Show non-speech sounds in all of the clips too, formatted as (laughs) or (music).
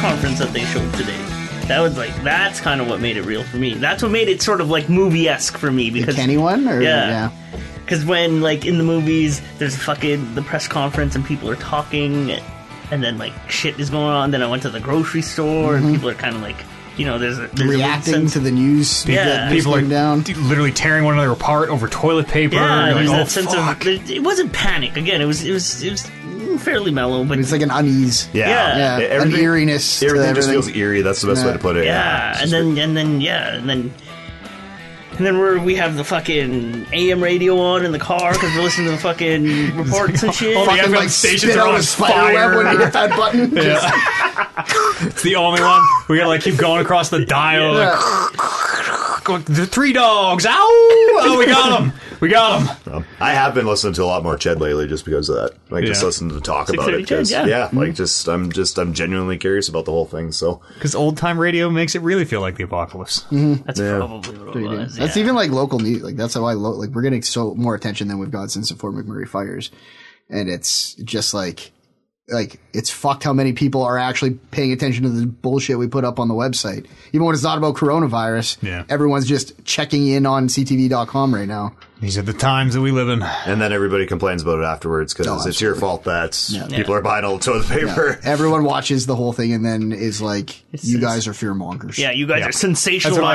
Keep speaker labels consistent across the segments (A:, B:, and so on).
A: conference that they showed today. That was like that's kind of what made it real for me. That's what made it sort of like movie esque for me
B: The
A: because
B: Kenny one? Or,
A: yeah. Because when, like, in the movies, there's fucking the press conference and people are talking, and then like shit is going on. Then I went to the grocery store and people are kind of like, you know, there's, a, there's a weird
B: Reacting
A: sense-
B: to the news
A: Yeah.
B: that was
A: People
C: People are
B: going down.
C: d- literally tearing one another apart over toilet paper.
A: yeah,
C: You're
A: there's
C: like,
A: that
C: "Oh,
A: sense
C: fuck."
A: of it, it wasn't panic again. It was it was it was fairly mellow, but
B: It's like an unease.
A: Yeah.
B: Yeah,
D: E-
B: an eeriness to
D: Everything just
B: everything.
D: feels eerie. That's the best way to put it.
A: yeah,
D: It's
A: and
D: just
A: then and then yeah, and then. And then we're, we have the fucking AM radio on in the car because we're listening to the
C: (laughs)
A: fucking reports and shit.
C: Oh, yeah.
B: Fucking,
C: FM
B: like
C: stations
B: spit
C: are
B: out
C: on
B: a spider web
C: fire.
B: when you hit that
C: (laughs)
B: button.
C: It's the only one. We gotta like keep going across the dial. like, going, the three dogs. Ow! Oh, we got them. We got them.
D: Um, I have been listening to a lot more Ched lately just because of that. Like just
C: Yeah.
D: listening to talk about
A: 630
D: it. 'cause-
A: Ched, yeah.
B: Mm-hmm.
D: like just I'm just I'm genuinely curious about the whole thing. So
C: Because old time radio makes it really feel like the apocalypse.
A: That's probably what it was.
B: That's
A: yeah.
B: even like local news. Like that's how I lo- like we're getting so more attention than we've got since the Fort McMurray fires, and it's just like like it's fucked how many people are actually paying attention to the bullshit we put up on the website. Even when it's not about coronavirus,
C: Yeah.
B: everyone's just checking in on CTV.com right now.
C: These are the times that we live in.
D: and then everybody complains about it afterwards because it's your fault that people are buying all the toilet paper.
B: (laughs) Everyone watches the whole thing and then is like, "You
A: it's-
B: guys are fear mongers."
A: Yeah, you guys are
C: Yeah. That's what, I,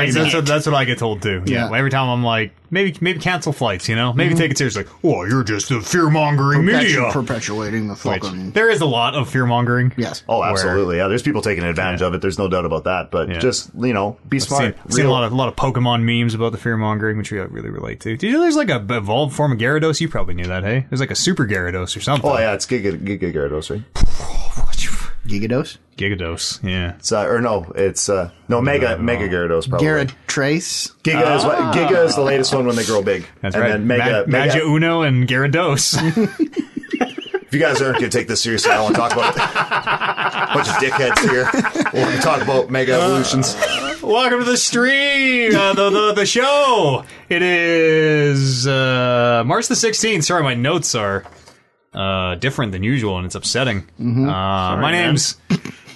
A: sensationalizing
C: that's,
A: it.
C: what, that's what I get told too. Yeah.
B: Yeah.
C: Every time I'm like, maybe maybe cancel flights, you know? Maybe take it seriously. Oh, you're just a fear mongering media.
B: Perpetu- perpetuating the
C: Which,
B: fucking
C: there is a lot of fear mongering.
B: yes.
D: Oh, absolutely. Yeah, there's people taking advantage of it. There's no doubt about that. But
C: Yeah.
D: just you know, be
C: Seen,
D: smart.
C: seen a
D: Real-
C: lot of a lot of Pokemon memes about the fear mongering, which we don't really relate to. Did you know there's like a evolved form of Gyarados? You probably knew that, hey? There's like a super Gyarados or something.
D: Oh yeah, it's Giga, Giga Gyarados, right?
B: Gigados,
C: (laughs) Gigados. Yeah.
D: It's, uh, or no, it's uh, no Mega Mega Gyarados
C: Oh,
D: probably.
B: Garrett Trace.
D: Giga, is what, Giga is the latest one when they grow big.
C: That's
D: and
C: right.
D: then Mega,
C: Ma-
D: Mega-
C: Magia Uno and
D: (laughs)
C: Gyarados.
D: If you guys aren't going to take this seriously, I don't want to talk about it. (laughs) Bunch of dickheads here. We want to talk about mega evolutions.
C: Welcome to the stream, uh, the, the the show. It is uh, March the 16th. Sorry, my notes are uh, different than usual, and it's upsetting.
D: Mm-hmm.
C: Uh, my
A: man.
C: name's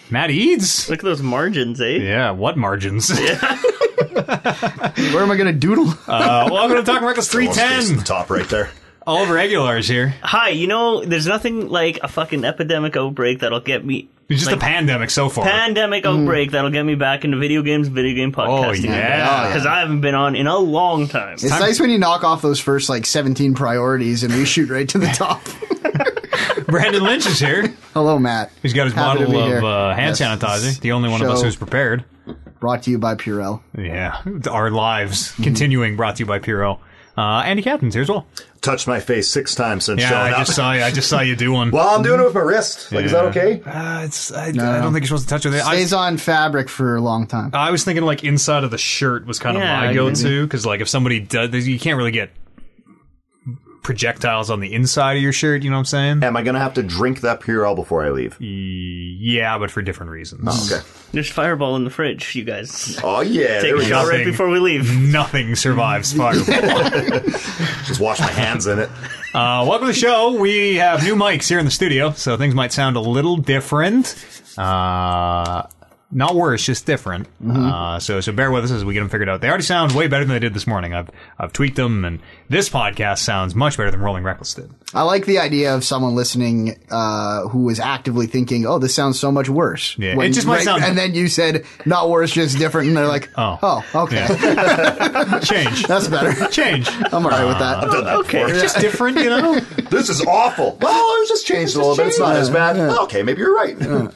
C: Matt Eads.
A: Look at those margins, eh?
C: Yeah, what margins?
B: Where am I gonna doodle?
C: (laughs) uh, welcome to Talking Reckless
D: Almost goes to
C: 310.
D: the top right there.
C: Oliver Aguilar's here.
A: Hi, you know, there's nothing like a fucking epidemic outbreak that'll get me.
C: It's just
A: like,
C: a pandemic so far.
A: pandemic outbreak that'll get me back into video games, video game
C: oh
A: podcasting.
C: yeah.
A: Because I haven't been on in a long time.
B: It's nice when you knock off those first like 17 priorities and we shoot right
C: (laughs)
B: to the top.
C: Brandon Lynch is here.
B: Hello, Matt.
C: He's got his
B: Happy to be
C: bottle of
B: here.
C: uh, hand
B: Yes, this
C: sanitizer. The only one of us
B: show
C: who's prepared.
B: Brought to you by Purell.
C: Yeah, our lives continuing. Brought to you by Puro. Uh, Andy Captain's here as well.
D: Touched my face six times since
C: Yeah, I
D: showing up.
C: just saw you. I just saw you do one.
D: well, I'm doing it with my wrist. Like, is that
C: Yeah.
D: okay?
C: Uh, it's, I, I don't think you're supposed to touch with it. I
B: Stays
C: was,
B: on fabric for a long time.
C: I was thinking like inside of the shirt was kind of
A: Yeah,
C: my
A: I
C: go-to because like if somebody does, you can't really get projectiles on the inside of your shirt. You know what I'm saying?
D: Am I going to have to drink that Purell before I leave? Oh,
C: Yeah, but for different reasons.
D: Okay.
A: There's Fireball in the fridge, you guys.
D: Oh, yeah. There
A: Take a
D: we
A: shot
D: go.
A: right
C: Nothing.
A: before we
C: (laughs)
A: leave.
C: Nothing survives fire.
D: Just wash my hands in it.
C: uh, welcome to the show. We have new mics here in the studio, so things might sound a little different. Uh, not worse, just different.
B: Mm-hmm.
C: Uh, so so bear with us as we get them figured out. They already sound way better than they did this morning. I've I've tweaked them, and this podcast sounds much better than Rolling Reckless did.
B: I like the idea of someone listening uh, who was actively thinking, "Oh, this sounds so much worse."
C: Yeah, it just might sound-
B: And then you said, "Not worse, just different," and they're like, "Oh, okay, (laughs)
C: Change.
B: that's better."
C: Change.
B: I'm alright with that.
D: I've
C: Uh,
D: done that
A: okay.
D: before.
C: Just different, you know?
D: This is awful. (laughs) Well, it was just changed a little bit. It's not as bad. Okay, maybe you're right.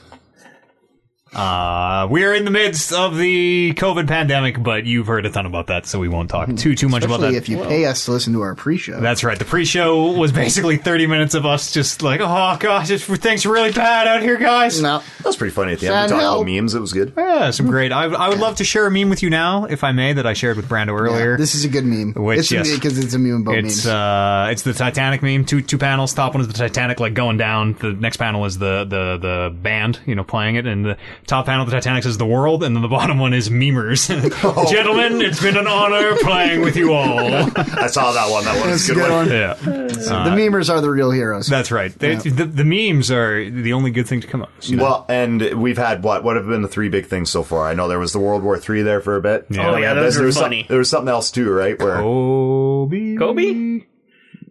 C: Uh, we're in the midst of the COVID pandemic, but you've heard a ton about that, so we won't talk too too much about
B: Especially
C: that.
B: if you pay us to listen to our pre-show.
C: That's right. The pre-show was basically 30 minutes of us just like, oh gosh, it's, things are really bad out here, guys.
B: no,
D: That was pretty funny at the end. We
B: Sad
D: talked
B: help.
D: about memes. It was good.
C: Yeah, some great. I, I would love to share a meme with you now, if I may, that I shared with Brando earlier.
B: this is a good meme.
C: Which,
B: it's
C: yes.
B: because it's a meme about
C: It's
B: memes.
C: uh, it's the Titanic meme. Two two panels. Top one is the Titanic like going down. The next panel is the the the band you know playing it, and the Top panel of the Titanic says the world, and then the bottom one
B: (laughs)
C: is memers. (laughs) Gentlemen, it's been an honor playing with
B: (laughs)
C: you all.
D: I saw that one. That one
B: That's
D: was a good, one.
C: Yeah,
B: the memers are the real heroes.
C: Uh, that's right. They, the, the memes are the only good thing to come up. you know?
D: Well, and we've had what? What have been the three big things so far? I know there was the World War Three there for a bit.
C: Yeah. Oh,
D: We
A: yeah,
D: had
A: those
D: this.
A: were
D: there was some-
A: funny.
D: there was something else too, right? Where
C: Kobe.
A: Kobe?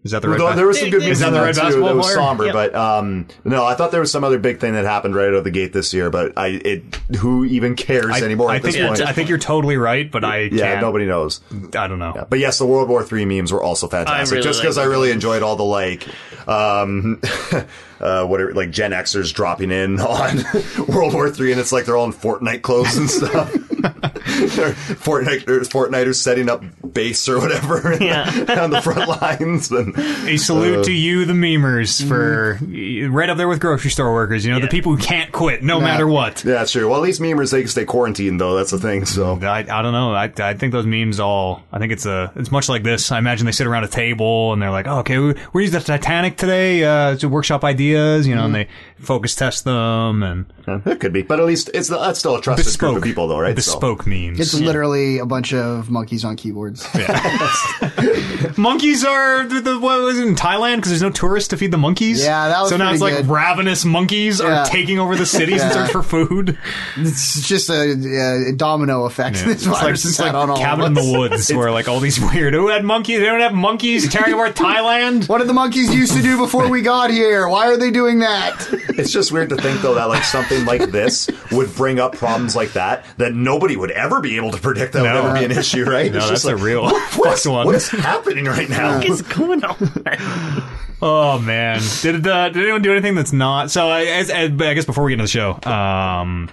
C: Is that the right?
D: Though
C: button?
D: there was some good
A: Is
D: music
C: that the
D: there,
C: red
D: too
C: basketball
D: that was
C: player?
D: somber,
A: Yep.
D: but um, no, I thought there was some other big thing that happened right out of the gate this year, but I it who even cares anymore
C: I
D: at
C: think
D: this point?
C: I think you're totally right, but I
D: yeah,
C: can't.
D: nobody knows.
C: I don't know.
D: But yes, the World War Three memes were also fantastic.
A: really
D: just because
A: like
D: I really enjoyed all the like, um, (laughs) uh, whatever, like Gen Xers dropping in (laughs) on World War Three, and it's like they're all in Fortnite clothes and stuff. (laughs) They're Fortnite, or Fortniters setting up base or whatever (laughs)
A: Yeah.
D: on the front
A: (laughs)
D: lines. And
C: A salute
D: Uh,
C: to you, the memers, for
D: mm.
C: right up there with grocery store workers. You know, the
A: Yeah.
C: people who can't quit no matter what.
D: yeah, sure. Well, at least memers they can stay quarantined though. That's the thing. So
C: I, I don't know. I, I think those memes all. I think it's a. It's much like this. I imagine they sit around a table and they're like, oh, "Okay, we, we're using the Titanic today uh, to workshop ideas," you know,
D: Mm-hmm.
C: and they focus test them and
D: it could be, but at least it's that's still a trusted group
C: bespoke
D: of people though, right? So-
C: Bespoke memes.
B: It's literally a bunch of monkeys on keyboards.
C: monkeys are the, the, what was it in Thailand because there's no tourists to feed the monkeys.
B: Yeah, that was
C: so now it's
B: pretty
C: like
B: good.
C: ravenous monkeys
B: Yeah.
C: are taking
B: (laughs)
C: over the cities in
B: Yeah.
C: search for food.
B: (laughs) It's just a, a domino effect. (laughs) This
C: It's like,
B: virus
C: it's
B: has
C: like
B: had on all
C: cabin
B: of
C: in
B: us.
C: the woods
B: (laughs)
C: where like all these weird who had monkeys they don't have monkeys carrying over Thailand.
B: What did the monkeys used to do before we got here? Why are they doing that?
D: It's just weird to think though that like something like this would bring up problems like that that nobody would ever be able to predict that
C: No.
D: would ever be an issue,
C: (laughs)
D: right?
C: No,
D: it's
C: that's
D: just like,
C: a
B: (laughs)
C: real
D: what,
C: fucked one.
D: what is happening right now?
A: What is going on?
C: Oh man, did uh, did anyone do anything that's not? So I, as, as, but I guess before we get into the show, um,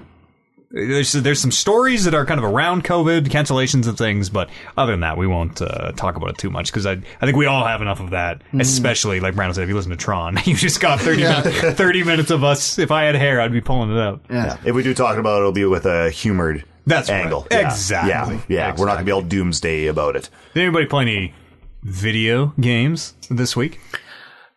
C: there's there's some stories that are kind of around COVID cancellations and things, but other than that, we won't uh, talk about it too much because I I think we all have enough of that.
B: Mm.
C: Especially like Brandon said, if you listen to Tron, (laughs) you just got thirty minutes, thirty minutes of us. If I had hair, I'd be pulling it up.
B: Yeah.
D: If we do talk about it, it'll be with a humored
C: That's right.
D: angle.
C: Exactly.
D: Yeah, yeah. We're not gonna be all doomsday about it.
C: Did anybody play any video games this week?
A: (laughs)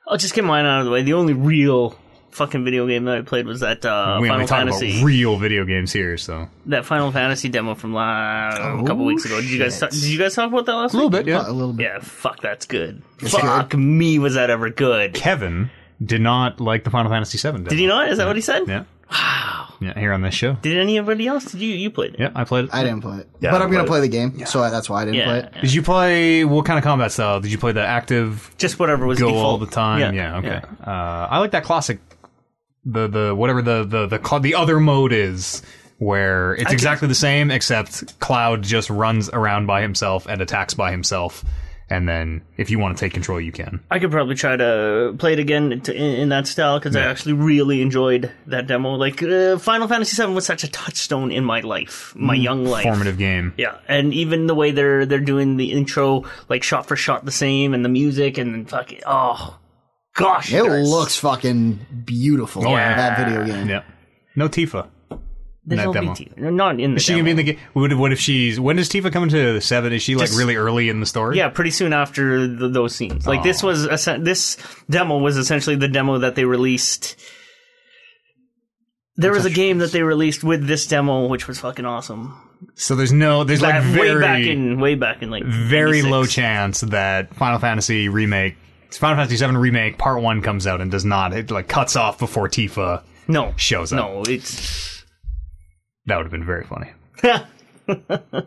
A: I'll just get mine out of the way. The only real fucking video game that I played was that uh,
C: we
A: Final
C: only talk
A: Fantasy.
C: about real video games here, so
A: that Final Fantasy demo from la- a couple
B: Oh,
A: weeks ago. Did you guys
B: shit.
A: talk, did you guys talk about that last week?
C: bit,
B: A little bit.
A: Yeah, fuck, that's good. fuck me, was that ever good?
C: Kevin did not like the Final Fantasy VII. Demo.
A: Did he not? Is that what he said?
C: Yeah. Wow. Yeah, here on this show.
A: Did anybody else? Did you? You played it?
C: Yeah, I played it.
B: I didn't play it,
D: Yeah,
B: but
D: I
B: I'm gonna play
D: played
B: the game, so I, that's why I didn't
A: Yeah.
B: play it.
C: Did you play what kind of combat style? Did you play the active
A: Just whatever was
C: go
A: default.
C: all the time? Yeah. okay. Uh, I like that classic, the the whatever the the the cl- the other mode is. Where it's exactly the same, except Cloud just runs around by himself and attacks by himself, and then if you want to take control, you can.
A: I could probably try to play it again to, in, in that style because I actually really enjoyed that demo. Like uh, Final Fantasy VII was such a touchstone in my life, my young life.
C: Mm. Formative game.
A: Yeah, and even the way they're they're doing the intro, like shot for shot, the same, and the music, and then fucking oh gosh,
B: It
A: there's-
B: looks fucking beautiful.
C: yeah.
B: That video game.
C: Yeah. No Tifa.
A: there's
C: that
A: no
C: demo.
A: BT. They're not in the.
C: She
A: demo.
C: can be in the game. What, what if she's? When does Tifa come into the seven? Is she like
A: Just-
C: really early in the story?
A: Yeah, pretty soon after th those scenes. Like
C: Oh.
A: this was essen- this demo was essentially the demo that they released. There was a game that they released with this demo, which was fucking awesome.
C: So there's no there's like
A: That-
C: very
A: way back in, way back in, like
C: very
A: 96.
C: low chance that Final Fantasy remake Final Fantasy VII remake Part One comes out and does not it like cuts off before Tifa.
A: No,
C: shows up.
A: No, it's
C: That would have been
A: (laughs)
C: very funny.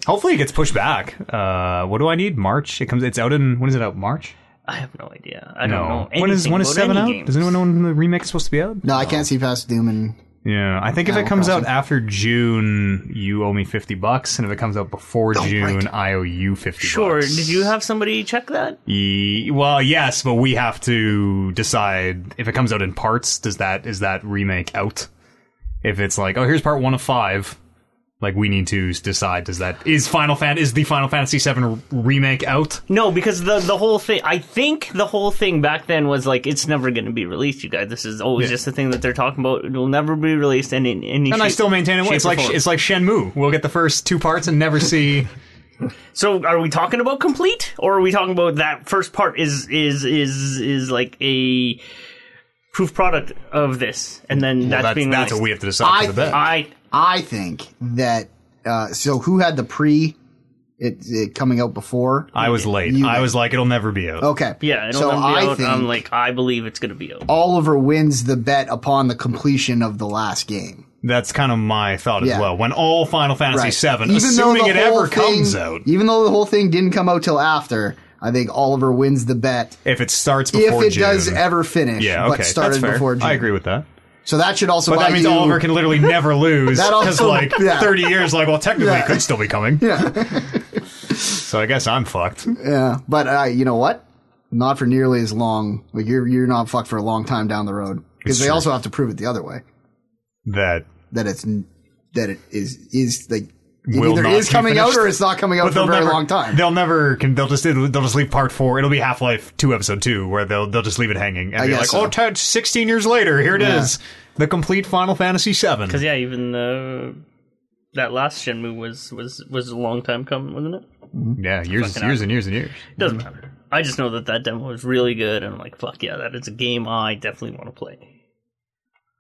C: Hopefully it gets pushed back. Uh, what do I need? March. It comes. It's out in when is it out? March.
A: I have no idea. I
C: No.
A: don't know.
C: when is
A: anything
C: when is
A: about
C: seven
A: any
C: out?
A: games.
C: Does anyone know when the remake is supposed to be out?
B: No, I can't see past Doom and
C: Yeah, I think if it
B: Animal
C: comes out
B: Crossing.
C: after June, you owe me fifty bucks, and if it comes out before June, I owe you fifty.
A: Sure.
C: bucks.
A: Did you have somebody check that?
C: Ye- Well, yes, but we have to decide if it comes out in parts. Does that is that remake out? If it's like, oh, here's part one of five, like we need to s- decide. Does that is Final Fan is the Final Fantasy VII remake out?
A: No, because the the whole thing. I think the whole thing back then was like it's never going to be released. You guys, this is always
C: Yeah.
A: just the thing that they're talking about. It will never be released. And in any
C: And I
A: shape-
C: still maintain it.
A: shape
C: It's
A: or
C: like
A: form.
C: it's like Shenmue. We'll get the first two parts and never (laughs) see.
A: so. Are we talking about complete, or are we talking about that first part is is is is like a proof product of this, and then that's,
C: that's
A: being
C: that's what
A: released?
C: we have to decide. for
B: I-
C: the bet.
A: I
B: I think that uh, so who had the pre it, it coming out before?
C: I was late.
B: You-
C: I was like, it'll never be out.
B: Okay.
A: Yeah, it'll
B: so
A: never be
B: I
A: out.
B: think
A: I'm like, I believe it's gonna be out.
C: Oh.
B: Oliver wins the bet upon the completion of the last game.
C: That's kind of my thought as
B: Yeah.
C: well. When all Final Fantasy
B: Even
C: VII,
B: though
C: assuming
B: the
C: it
B: whole
C: ever
B: thing-
C: comes out,
B: Even though the whole thing didn't come out till after, I think Oliver wins the bet
C: if it starts
B: if
C: before
B: it
C: June,
B: does ever finish.
C: yeah, okay,
B: but started
C: that's fair.
B: before June.
C: I agree with that.
B: So that should also
C: But
B: buy
C: that means
B: you,
C: Oliver can
B: (laughs)
C: literally never lose
B: That
C: because,
B: also-
C: like,
B: yeah.
C: thirty years, like, well, technically,
B: Yeah.
C: it could still be coming. Yeah. (laughs) so I guess I'm fucked.
B: Yeah, but uh, you know what? Not for nearly as long. Like you're you're not fucked for a long time down the road because
C: It's
B: they
C: true.
B: also have to prove it the other way
C: That,
B: that it's n- that it is is like it
C: Will
B: either
C: not
B: is
C: be
B: coming out
C: finished.
B: or it's not coming out for a very
C: never,
B: long time.
C: They'll never can. They'll just they'll just leave part four. It'll be Half Life Two, Episode Two, where they'll they'll just leave it hanging and
B: I
C: be
B: guess
C: like,
B: so.
C: oh, t- sixteen years later, here it is,
B: Yeah.
C: the complete Final Fantasy VII.
A: Because yeah, even the that last Shenmue was was was a long time coming, wasn't it?
C: Yeah, years,
A: Fucking
C: years and years and years.
A: It doesn't matter. I just know that that demo was really good, and I'm like, fuck yeah, that is a game I definitely want to play.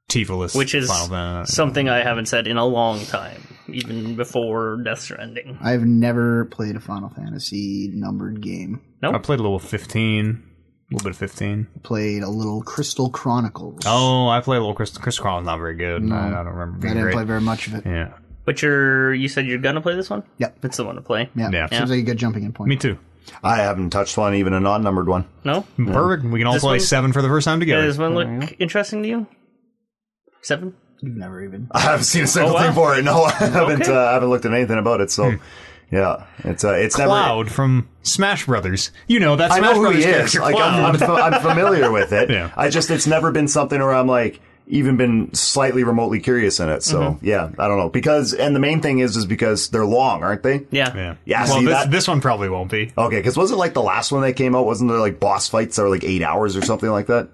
C: Tifa
A: Which is
C: Final Fantasy.
A: something I haven't said in a long time, even before Death Stranding.
B: I've never played a Final Fantasy numbered game.
C: I played a little fifteen, a little bit of fifteen.
B: Played a little Crystal Chronicles.
C: Oh, I played a little Crystal. Crystal Chronicles not very good. and I, I don't remember.
B: I
C: Being
B: didn't
C: great.
B: play very much of it.
C: yeah,
A: But you're you said you're gonna play this one?
B: Yep.
A: It's the one to play.
B: Yeah,
C: Yeah.
B: seems like a good jumping in point.
C: me too.
D: I haven't touched one, even a non-numbered one.
A: No?
C: Perfect. We can all
A: This
C: play
A: one-
C: seven for the first time together.
A: Does this one look interesting to you? Seven?
B: You've never even.
D: (laughs) I haven't seen a single
A: Oh, wow.
D: thing for
A: (laughs)
D: it. No, I haven't.
A: Okay.
D: Uh, I haven't looked at anything about it.
C: Hmm.
D: So, yeah, it's uh, it's never.
C: Cloud from Smash Brothers. You know that
D: I
C: Smash
D: know who
C: Brothers
D: he is.
C: character.
D: Like,
C: Cloud.
D: I'm, I'm, fa- I'm familiar
A: (laughs)
D: with it.
C: Yeah.
D: I just it's never been something where I'm like even been slightly remotely curious in it. So
A: Mm-hmm.
D: yeah, I don't know because and the main thing is is because they're long, aren't they?
A: Yeah.
C: yeah.
D: Yeah,
C: Well,
D: see
C: this,
D: that-
C: this one probably won't
D: (laughs)
C: be.
D: Okay, because wasn't like the last one that came out? Wasn't there like boss fights that were like eight hours or something like that?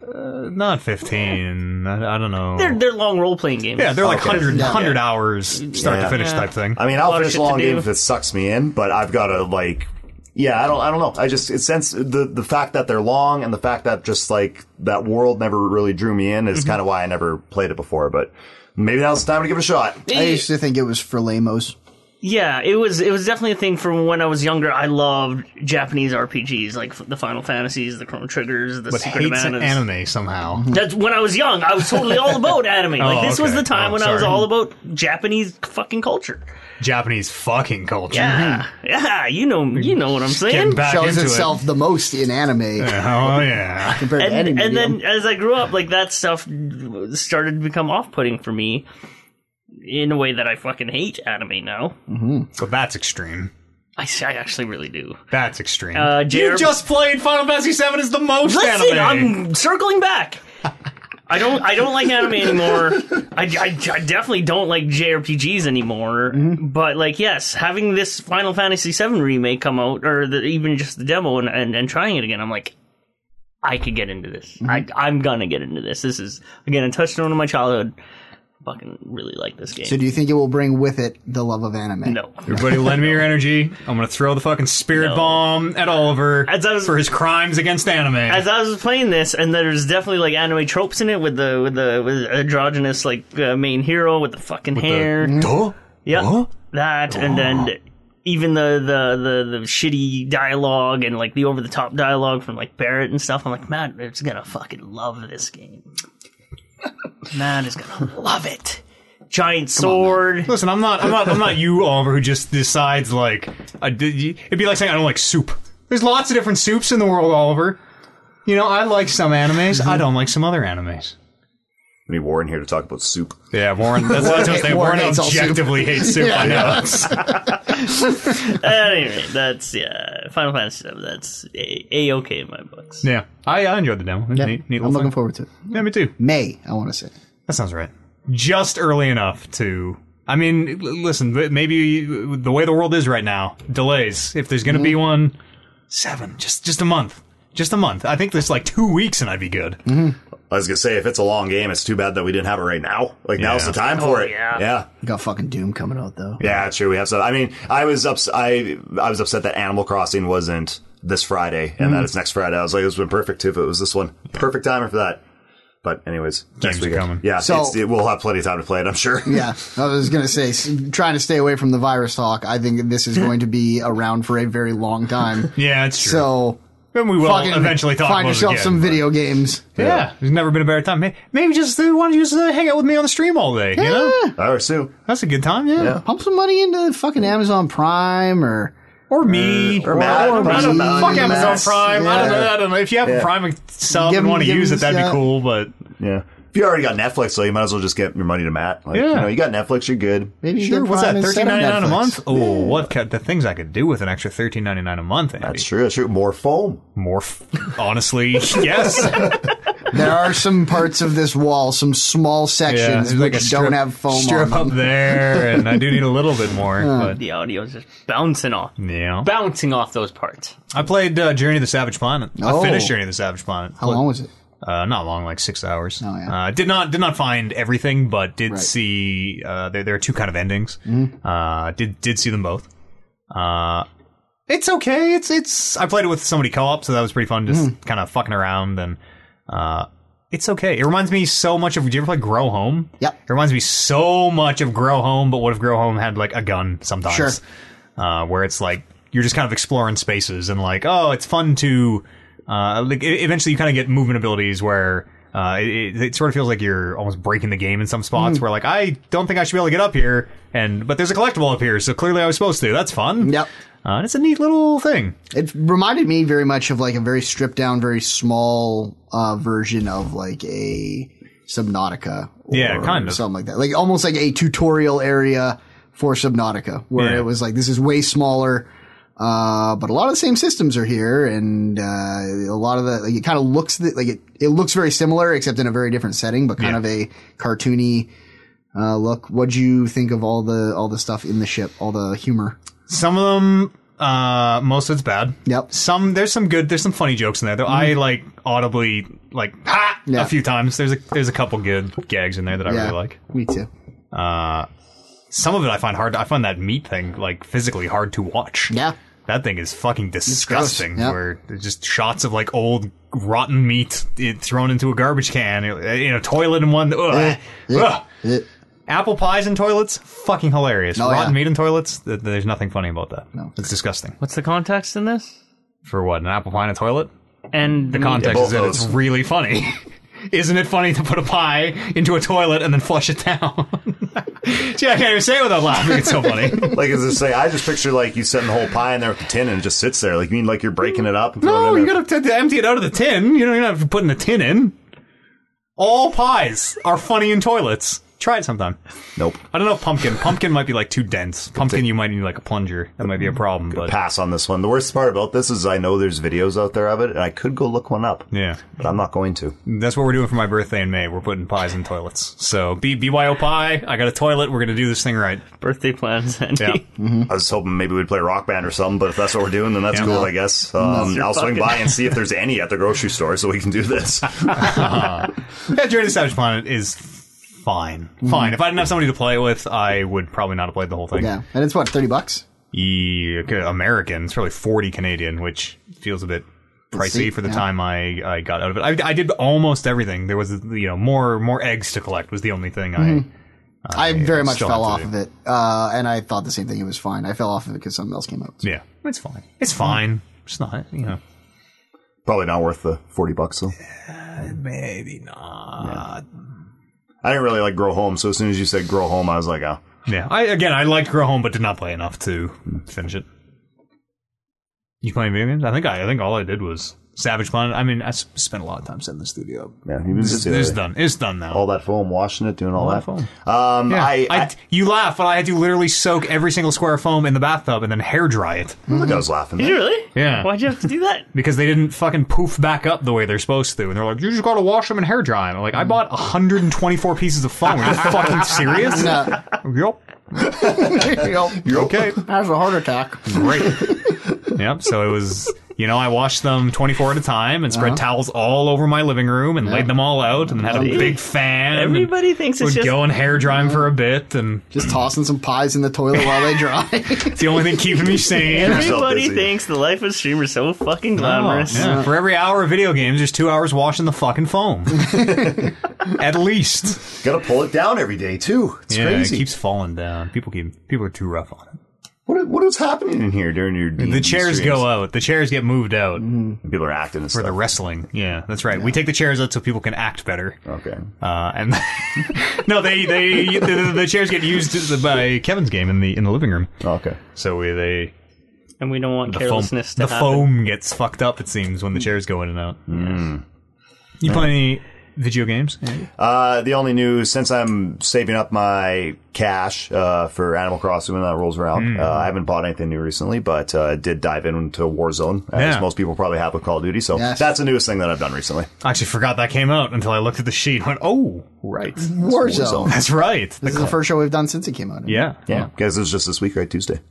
C: Not fifteen. I, I don't know.
A: They're they're long role playing games. Oh.
C: yeah, they're like
D: Okay.
C: 100,
D: Yeah.
C: 100 hours start
D: Yeah.
C: to finish
A: Yeah.
C: type thing.
D: I mean,
A: lot
D: I'll
A: of
D: finish
A: shit
D: long
A: to
D: game
A: do.
D: if it sucks me in, but I've got to like, yeah, I don't, I don't know. I just it sense the the fact that they're long and the fact that just like that world never really drew me in is
A: Mm-hmm.
D: kind of why I never played it before. But maybe now's the time to give it a shot.
B: I used to think it was for lamos.
A: Yeah, it was it was definitely a thing from when I was younger. I loved Japanese RPGs like f- the Final Fantasies, the Chrono Triggers, the
C: but
A: Secret of
C: hates
A: Manas.
C: anime somehow.
D: Mm-hmm.
A: That's when I was young. I was totally all about anime.
C: (laughs) Oh,
A: like this was
C: okay.
A: the time
C: Oh,
A: when I was
C: sorry.
A: all about Japanese fucking culture.
C: Japanese fucking culture.
A: Yeah, yeah, you know, you know what I'm saying.
C: Getting back
B: Shows
C: into
B: itself the most in anime
C: (laughs) Oh yeah.
B: compared to any
A: and and
B: medium.
A: then as I grew up, like that stuff started to become off-putting for me in a way that I fucking hate anime now.
C: So that's extreme.
A: I, s- I actually really do.
C: That's extreme.
A: Uh,
C: you
A: JR
C: just played Final Fantasy VII is the most
A: Listen,
C: anime.
A: I'm circling back. I don't. I don't like anime anymore. I, I, I definitely don't like JRPGs anymore. But like, yes, having this Final Fantasy VII remake come out, or the, even just the demo and, and and trying it again, I'm like, I could get into this. I I'm gonna get into this. This is again a touchstone of my childhood. Fucking really like this game.
B: So do you think it will bring with it the love of anime?
A: no.
C: Everybody, lend me your energy. I'm gonna throw the fucking spirit
A: No.
C: bomb at Oliver
A: As I was-
C: for his crimes against anime.
A: as I was playing this, and there's definitely like anime tropes in it with the with the with androgynous like uh, main hero with the fucking hair.
C: Duh?
A: Yeah,
C: Huh?
A: that, and then even the, the the the shitty dialogue and like the over the top dialogue from like Barrett and stuff. I'm like, Matt is gonna fucking love this game. Matt is gonna love it. Giant sword.
C: (laughs) Listen, I'm not, I'm not, I'm not you, Oliver, who just decides like, I did. you- It'd be like saying I don't like soup. There's lots of different soups in the world, Oliver. You know, I like some animes. I don't like some other animes.
D: We need Warren here to talk about soup.
C: Yeah, Warren. That's what I was gonna say.
B: Warren
C: Warren
B: hates all soup.
C: objectively hates soup. I know. (laughs)
A: anyway, that's yeah. Final Fantasy VII. That's a okay in my books.
C: Yeah, I, I enjoyed the demo. It was
B: Yep.
C: neat, neat
B: I'm
C: little
B: looking
C: thing.
B: forward to it.
C: Yeah, me too.
B: May, I want to say.
C: That sounds right. Just early enough to. I mean, l- listen. but Maybe the way the world is right now, delays. If there's going to
B: Mm-hmm.
C: be one, seven. Just just a month. Just a month. I think there's like two weeks, and I'd be good.
B: Mm-hmm.
D: I was gonna say if it's a long game, it's too bad that we didn't have it right now. Like now's
C: Yeah.
D: the time for
A: Oh,
D: it.
A: yeah.
D: yeah.
B: We got fucking Doom coming out though.
D: Yeah, true. We have some. I mean, I was ups- I I was upset that Animal Crossing wasn't this Friday and that it's next Friday. I was like, it would have been perfect if it was this one. Perfect timing for that. But anyways,
C: Games
D: next
C: are
D: weekend.
C: coming.
D: Yeah,
B: So-
D: it's, it, we'll have plenty of time to play it. I'm sure. (laughs)
B: Yeah, I was going to say, s- trying to stay away from the virus talk. I think this is going to
C: (laughs)
B: be around for a very long time.
C: Yeah, it's true.
B: So
C: then we will
B: fucking
C: eventually talk
B: find
C: about it
B: yourself
C: again,
B: some
C: but-
B: video games.
C: Yeah. there's never been a better time. May- Maybe just they want to just uh, hang out with me on the stream all day. You know,
D: All right, Sue.
C: that's a good time. Yeah,
D: Yeah.
B: Pump some money into fucking Amazon Prime or
C: or me,
D: or Matt,
C: I don't know.
D: or Matt,
C: fuck
D: or
C: Amazon
D: Matt.
C: Prime. I don't know. I don't know. If you have a
D: Yeah.
C: Prime sub
B: Give
C: and
B: him-
C: want to
B: give
C: use
B: him
C: it, that'd
B: a
C: be
B: shot.
C: cool. But
D: Yeah. If you already got Netflix, so you might as well just get your money to Matt. Like,
C: Yeah.
D: You know, you got Netflix, you're good.
B: maybe you
C: sure,
B: get
C: what's
B: Prime
C: that?
B: instead
C: Thirteen
B: of
C: ninety nine a
B: Netflix.
C: month. Oh, what ca- the things I could do with an extra thirteen ninety nine a month? Andy.
D: That's true. That's true. More foam.
C: More, f- honestly, (laughs) yes.
B: (laughs) There are some parts of this wall, some small sections
C: there's
B: which don't have foam
C: strip
B: on
C: up
B: them.
C: there, and I do need a little bit
B: (laughs)
C: more. but
A: The audio is just bouncing off,
C: yeah,
A: bouncing off those parts.
C: I played uh, Journey to the Savage Planet.
B: Oh.
C: I finished Journey to the Savage Planet.
B: How long was it?
C: Uh, not long, like six hours.
B: Oh, yeah.
C: Uh, did not did not find everything, but did
B: Right. Mm-hmm.
C: see uh, there there are two kind of endings. Uh, did did see them both. Uh, it's okay. It's it's. I played it with somebody co op, so that was pretty fun. Just
B: Mm-hmm.
C: kind of fucking around and. Uh, it's okay. It reminds me so much of. Did you ever play Grow Home?
B: Yep.
C: It reminds me so much of Grow Home, but what if Grow Home had like a gun sometimes?
B: Sure.
C: uh, where it's like you're just kind of exploring spaces and like oh it's fun to uh, like e- eventually you kind of get movement abilities where uh, it, it sort of feels like you're almost breaking the game in some spots
B: Hmm.
C: where like I don't think I should be able to get up here and but there's a collectible up here so clearly I was supposed to that's fun
B: Yep.
C: uh, and it's a neat little thing
B: It reminded me very much of like a very stripped down, very small uh, version of like a Subnautica. Or
C: Yeah, kind of.
B: something like that. Like almost like a tutorial area for Subnautica, where
C: Yeah.
B: it was like this is way smaller. Uh, but a lot of the same systems are here, and uh, a lot of the like, it kind of looks th- like it, it looks very similar, except in a very different setting, but kind
C: Yeah.
B: of a cartoony uh, look. What'd you think of all the all the stuff in the ship, all the humor?
C: some of them uh, most of it's bad
B: Yep. Hmm.
C: some there's some good there's some funny jokes in there though I like audibly like ha
B: Yeah.
C: a few times there's a there's a couple good gags in there that I really like
B: me too.
C: Uh, some of it I find hard. I find that meat thing like physically hard to watch.
B: Yeah.
C: that thing is fucking disgusting.
B: yeah.
C: Where there's just shots of like old rotten meat it, thrown into a garbage can in a toilet and one. Ugh, Ugh.
B: It-
C: Apple pies and toilets, fucking hilarious.
B: Oh,
C: rotten
B: yeah.
C: meat and toilets, th- there's nothing funny about that.
B: No.
C: it's disgusting.
A: What's the context in this?
C: For what an apple pie and a toilet?
A: And
B: Mm,
C: The context
D: both
C: is that it's
D: those.
C: really funny. (laughs) Isn't it funny to put a pie into a toilet and then flush it down? (laughs) See, I can't even say it without laughing. It's so funny. (laughs)
D: Like, as I say, I just picture like you setting the whole pie in there with the tin and it just sits there. Like, you mean like you're breaking it up? And throwing
C: No,
D: it in
C: you
D: there?
C: gotta t- empty it out of the tin. You know, you're not putting the tin in. All pies are funny in toilets. Try it sometime.
D: Nope.
C: I don't know if pumpkin. Pumpkin might be like too dense. Pumpkin, you might need like a plunger. That might be a problem. But
D: Pass on this one. The worst part about this is I know there's videos out there of it, and I could go look one up.
C: yeah,
D: But I'm not going to.
C: that's what we're doing for my birthday in May. We're putting pies in toilets. So B- BYO pie. I got a toilet. We're gonna do this thing right.
A: birthday plans, Andy.
C: (laughs) Yeah.
D: I was hoping maybe we'd play Rock Band or something, but if that's what we're doing, then that's
C: Yeah.
D: cool, I guess. Um,
A: You're
D: I'll swing
A: fucking-
D: by and see if there's any at the grocery store so we can do this.
C: Yeah, Journey to Savage Planet is fine. Fine. If I didn't have somebody to play it with, I would probably not have played the whole thing.
B: Yeah, and it's what thirty bucks.
C: Yeah, okay, American. It's probably forty Canadian, which feels a bit pricey
B: see,
C: for the
B: yeah.
C: time I, I got out of it. I, I did almost everything. There was you know more more eggs to collect was the only thing
B: Mm-hmm.
C: I.
B: I very much
C: still
B: fell
C: have
B: off
C: to
B: of
C: do.
B: it, uh, and I thought the same thing. It was fine. I fell off of it because something else came (laughs) out.
C: Yeah, it's fine. It's fine. It's not you know
D: Probably not worth the 40 bucks, though.
C: maybe not.
D: I didn't really like Grow Home, so as soon as you said Grow Home, I was like, oh.
C: Yeah. I again I liked Grow Home, but did not play enough to finish it. You playing video games? I think I, I think all I did was Savage Planet. I mean, I s- spent a lot of time sitting in the studio.
D: Yeah, he was just
C: It's
D: uh,
C: done. It's done now.
B: Oh.
D: all that foam, washing it, doing all,
C: that foam.
D: that. Um,
C: Yeah,
D: I, I,
C: you laugh, but I had to literally soak every single square of foam in the bathtub and then hair dry it
D: look, I was
A: (laughs)
D: laughing.
A: Did you really?
C: Yeah.
A: Why'd you have to do that?
C: because they didn't fucking poof back up the way they're supposed to. And they're like, "You just gotta wash them and hair dry them." I'm like, I bought 124 pieces of foam. Are you fucking serious?
D: (laughs)
B: No. (laughs)
C: Yup.
B: There you go.
D: You're okay.
B: I have a heart attack.
C: Great. yep. So it was. You know, I washed them 24 at a time and
D: Uh-huh.
C: spread towels all over my living room and laid them all out and had a big fan. and
A: Everybody thinks it's
C: would
A: just-
C: go and hair dry 'em for a bit, and
B: Just tossing some pies in the toilet while they dry.
C: (laughs) it's the only thing keeping me sane.
D: yourself
A: Everybody
D: busy.
A: thinks the life of streamer is so fucking glamorous.
C: Yeah, For every hour of video games, there's two hours washing the fucking (laughs) foam. At least.
D: Gotta pull it down every day too. It's
C: yeah,
D: crazy.
C: it keeps falling down. People keep people are too rough on it.
D: What what is happening in here during your
C: The chairs go out. The chairs get moved out
D: People are acting and
C: for the
D: stuff.
C: wrestling. Mm-hmm. Yeah, that's right. We take the chairs out so people can act better.
D: okay.
C: Uh, and (laughs) no, they they the, the chairs get used by Kevin's game in the in the living room.
D: Okay.
C: So we, they
A: And we don't want
C: the foam
A: carelessness
C: the
A: to happen.
C: foam gets fucked up. It seems when the chairs go in and out. You play any video games?
D: Uh, the only news since I'm saving up my cash uh, for Animal Crossing when that rolls
C: Hmm.
D: around, uh, I haven't bought anything new recently, but uh, did dive into Warzone as
C: Yeah.
D: most people probably have with Call of Duty. So
B: Yes.
D: that's the newest thing that I've done recently.
C: I actually forgot that came out until I looked at the sheet. and Went, oh right,
B: Warzone.
C: that's right. The
B: This is the first show we've done since it came out.
C: Yeah.
D: Yeah, because it was just this week, right? Tuesday,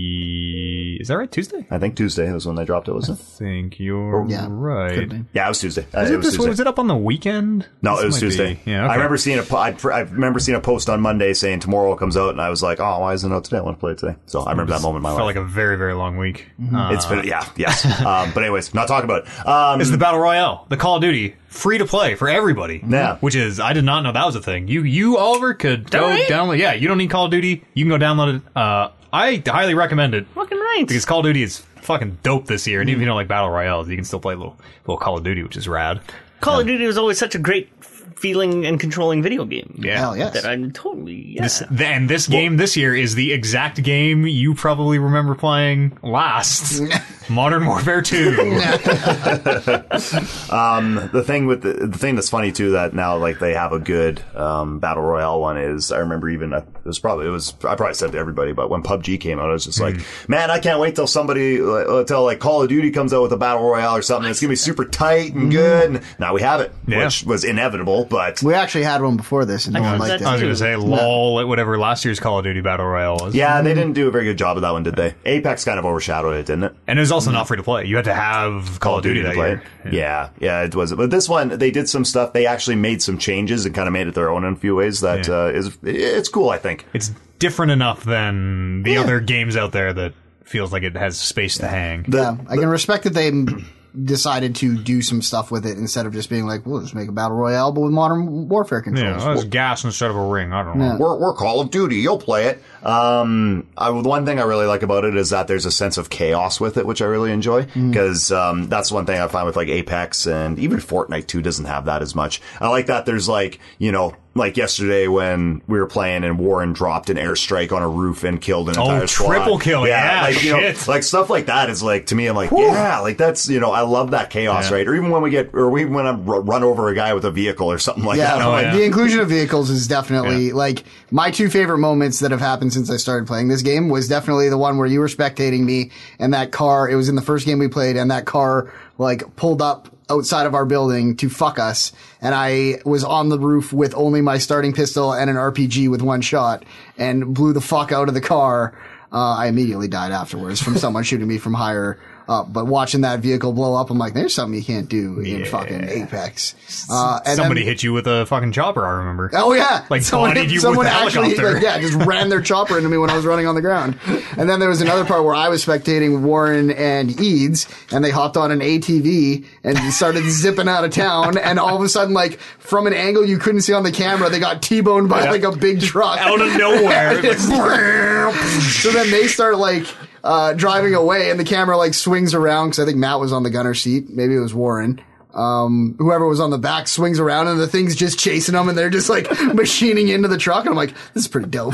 C: Ye- Is that right? Tuesday? I
D: I think Tuesday was when they dropped it, wasn't it?
C: think you're
B: Oh, Yeah.
C: right.
B: Could be.
D: Yeah, it was Tuesday. Uh,
C: Was
D: it
C: it
D: was
C: this
D: Tuesday.
C: was it up on the weekend?
D: No,
C: This might
D: it was
C: be-
D: Tuesday.
C: Yeah, okay.
D: I remember seeing a po- I, pr- I remember seeing a post on Monday saying tomorrow it comes out, and I was like, oh, why isn't it out today? I want to play it today. So I remember that moment in my
C: Felt
D: life.
C: like a very very long week.
B: Mm-hmm.
C: Uh,
D: it's
C: (laughs)
D: been yeah, yes. um, but anyways, not talking about. It. Um,
C: is the battle royale, the Call of Duty, free to play for everybody.
D: Yeah.
C: which is I did not know that was a thing. You you Oliver could go
A: Download it?
C: download. Yeah, you don't need Call of Duty. You can go download it. Uh, I highly recommend it
A: Fucking right.
C: because Call of Duty is fucking dope this year. And even if you don't like battle royales, you can still play little little Call of Duty, which is rad.
A: Call of Duty was always such a great f- feeling and controlling video game.
C: Yeah.
B: Hell yes.
A: That I'm totally yeah.
C: This, and this game this year is the exact game you probably remember playing
B: (laughs)
C: last Modern Warfare 2.
D: the thing with the, the thing that's funny too that now like they have a good um, battle royale one is I remember even uh, it was probably it was I probably said to everybody but when PUBG came out I was just like
C: Hmm.
D: man I can't wait till somebody uh, uh, till like Call of Duty comes out with a battle royale or something it's gonna be super tight and good and now we have it
C: Hmm. Yeah.
D: which was inevitable but
B: We actually had one before this, and no one
A: got
B: liked
A: that
B: it.
C: I was going
A: Dude.
C: to say, lol, at whatever last year's Call of Duty Battle Royale was.
D: yeah they didn't do a very good job of that one did they Apex kind of overshadowed it didn't it
C: And it was also not free to play. You had to have Call of Duty that year.
D: Yeah. yeah, it was. But this one, they did some stuff. They actually made some changes and kind of made it their own in a few ways. That
C: Yeah.
D: uh, is, it's cool. I think.
C: It's different enough than the other games out there that feels like it has space to hang.
B: yeah, I can respect that they m- decided to do some stuff with it instead of just being like, "We'll just make a battle royale, but with modern warfare
C: yeah,
B: controls."
C: that was gas instead of a ring. I don't know.
D: We're, we're Call of Duty. You'll play it. Um, I, the one thing I really like about it is that there's a sense of chaos with it, which I really enjoy
C: Mm.
D: because um, that's one thing I find with like Apex and even Fortnite 2 doesn't have that as much. I like that there's like, you know, like yesterday when we were playing and Warren dropped an airstrike on a roof and killed an entire squad.
C: Oh, triple kill, yeah,
D: like, you know,
C: shit.
D: like stuff like that is like to me, I'm like, yeah, like that's you know, I love that chaos,
C: Yeah.
D: right? Or even when we get, or even when I r- run over a guy with a vehicle or something like
B: Yeah,
D: that. Oh, I'm like,
C: yeah. Oh,
B: the inclusion of vehicles is definitely like my two favorite moments that have happened since I started playing this game was definitely the one where you were spectating me and that car. It was in the first game we played, and that car like pulled up outside of our building to fuck us, and I was on the roof with only my starting pistol and an RPG with one shot, and blew the fuck out of the car. Uh, I immediately died afterwards from someone (laughs) shooting me from higher. up. but watching that vehicle blow up, I'm like, there's something you can't do in fucking Apex. Uh, and
C: Somebody
B: then-
C: hit you with a fucking chopper, I remember.
B: Oh yeah,
C: Like, bodied you with the helicopter.
B: like, yeah, just ran their chopper into me when I was running on the ground. And then there was another part where I was spectating Warren and Eads, and they hopped on an ATV and started zipping out of town. And all of a sudden, like from an angle you couldn't see on the camera, they got T-boned by like a big truck
C: Out of nowhere. It's like,
B: so then they start like uh, driving away, and the camera like swings around because I think Matt was on the gunner seat. Maybe it was Warren. Um, whoever was on the back swings around, and the thing's just chasing them, and they're just like (laughs) machining into the truck. And I'm like, this is pretty dope.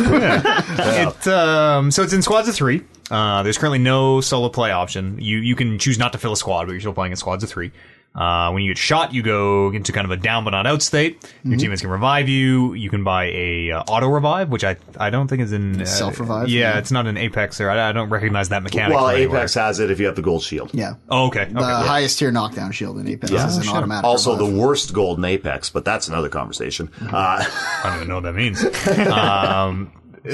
C: It, um, so it's in squads of three. Uh, there's currently no solo play option. You you can choose not to fill a squad, but you're still playing in squads of three. Uh, when you get shot, you go into kind of a down but not out state. Your
B: Mm-hmm.
C: teammates can revive you. You can buy a uh, auto revive, which I I don't think is in uh,
B: Self-revive,
C: Yeah,
B: yeah.
C: it's not in Apex, or I, I don't recognize that mechanic.
D: well,
C: from anywhere.
D: Apex has it if you have the gold shield.
B: yeah,
C: Oh, okay. okay.
B: the highest tier knockdown shield in Apex is an automatic.
D: Also, the
B: revive.
D: worst
B: Mm-hmm.
D: gold in Apex, but that's another conversation. Uh,
B: (laughs)
D: (laughs)
C: I don't even know what that means. um,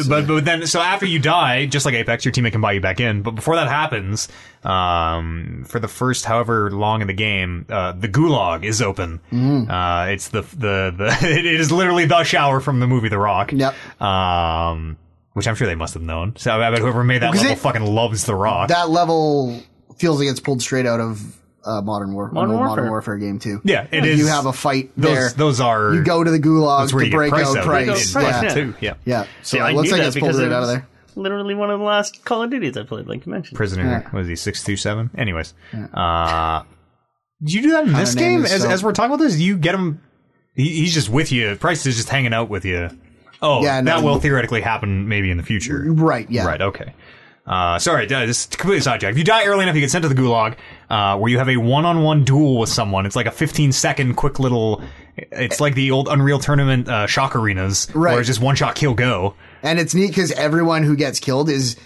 C: but but then so after you die, just like Apex, your teammate can buy you back in. But before that happens, um, for the first however long in the game, uh, the gulag is open.
B: Mm.
C: Uh, it's the the, the (laughs) it is literally the shower from the movie The Rock.
B: Yep.
C: Um, which I'm sure they must have known. So I bet whoever made that
B: Because
C: level
B: it-
C: fucking loves The Rock.
B: that level feels like it's pulled straight out of uh, modern war,
A: Modern
B: an old
A: Warfare.
B: modern warfare game too.
C: yeah, it is.
B: you have a fight
C: those
B: there.
C: those are
B: you go to the gulag
C: that's where
B: to
C: you get
B: break out
A: Break
C: price.
A: out
B: price. Yeah.
A: price,
C: yeah. too. Yeah.
B: yeah. So
A: Yeah,
B: it
A: I
B: looks
A: knew
B: like
A: that
B: it's pulled
A: because
B: right
A: it
B: out of
A: was
B: there.
A: Literally one of the last Call of Duties I played, like you mentioned.
C: prisoner. What is he? Six two seven. Anyways, uh, did you do that in this
B: name
C: game?
B: is
C: As,
B: so-
C: as we're talking about this, you get him. He, he's just with you. Price is just hanging out with you. Oh,
B: Yeah,
C: that
B: no.
C: will theoretically happen maybe in the future.
B: Right. Yeah.
C: Right. Okay. Uh, sorry, uh, this is completely sidetracked. If you die early enough, you get sent to the gulag, uh, where you have a one-on-one duel with someone. It's like a 15-second quick little. It's like the old Unreal Tournament uh, shock arenas,
B: Right.
C: where it's just one shot kill go.
B: And it's neat because everyone who gets killed is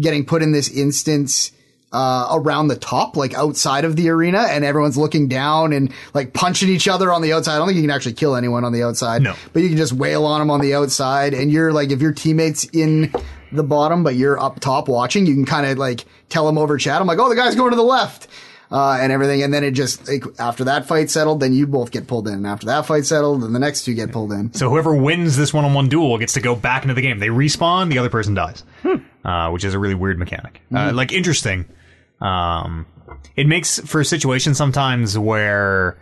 B: getting put in this instance uh, around the top, like outside of the arena, and everyone's looking down and like punching each other on the outside. I don't think you can actually kill anyone on the outside.
C: No.
B: But you can just wail on them on the outside. And you're like, if your teammate's in the bottom, but you're up top watching, you can kind of like tell them over chat. I'm like, oh, the guy's going to the left. Uh, and everything. And then it just, like, after that fight settled, then you both get pulled in. And after that fight settled, then the next two get pulled in.
C: So whoever wins this one-on-one duel gets to go back into the game. They respawn, the other person dies, uh, which is a really weird mechanic. Uh, like interesting. Um, it makes for a situation sometimes where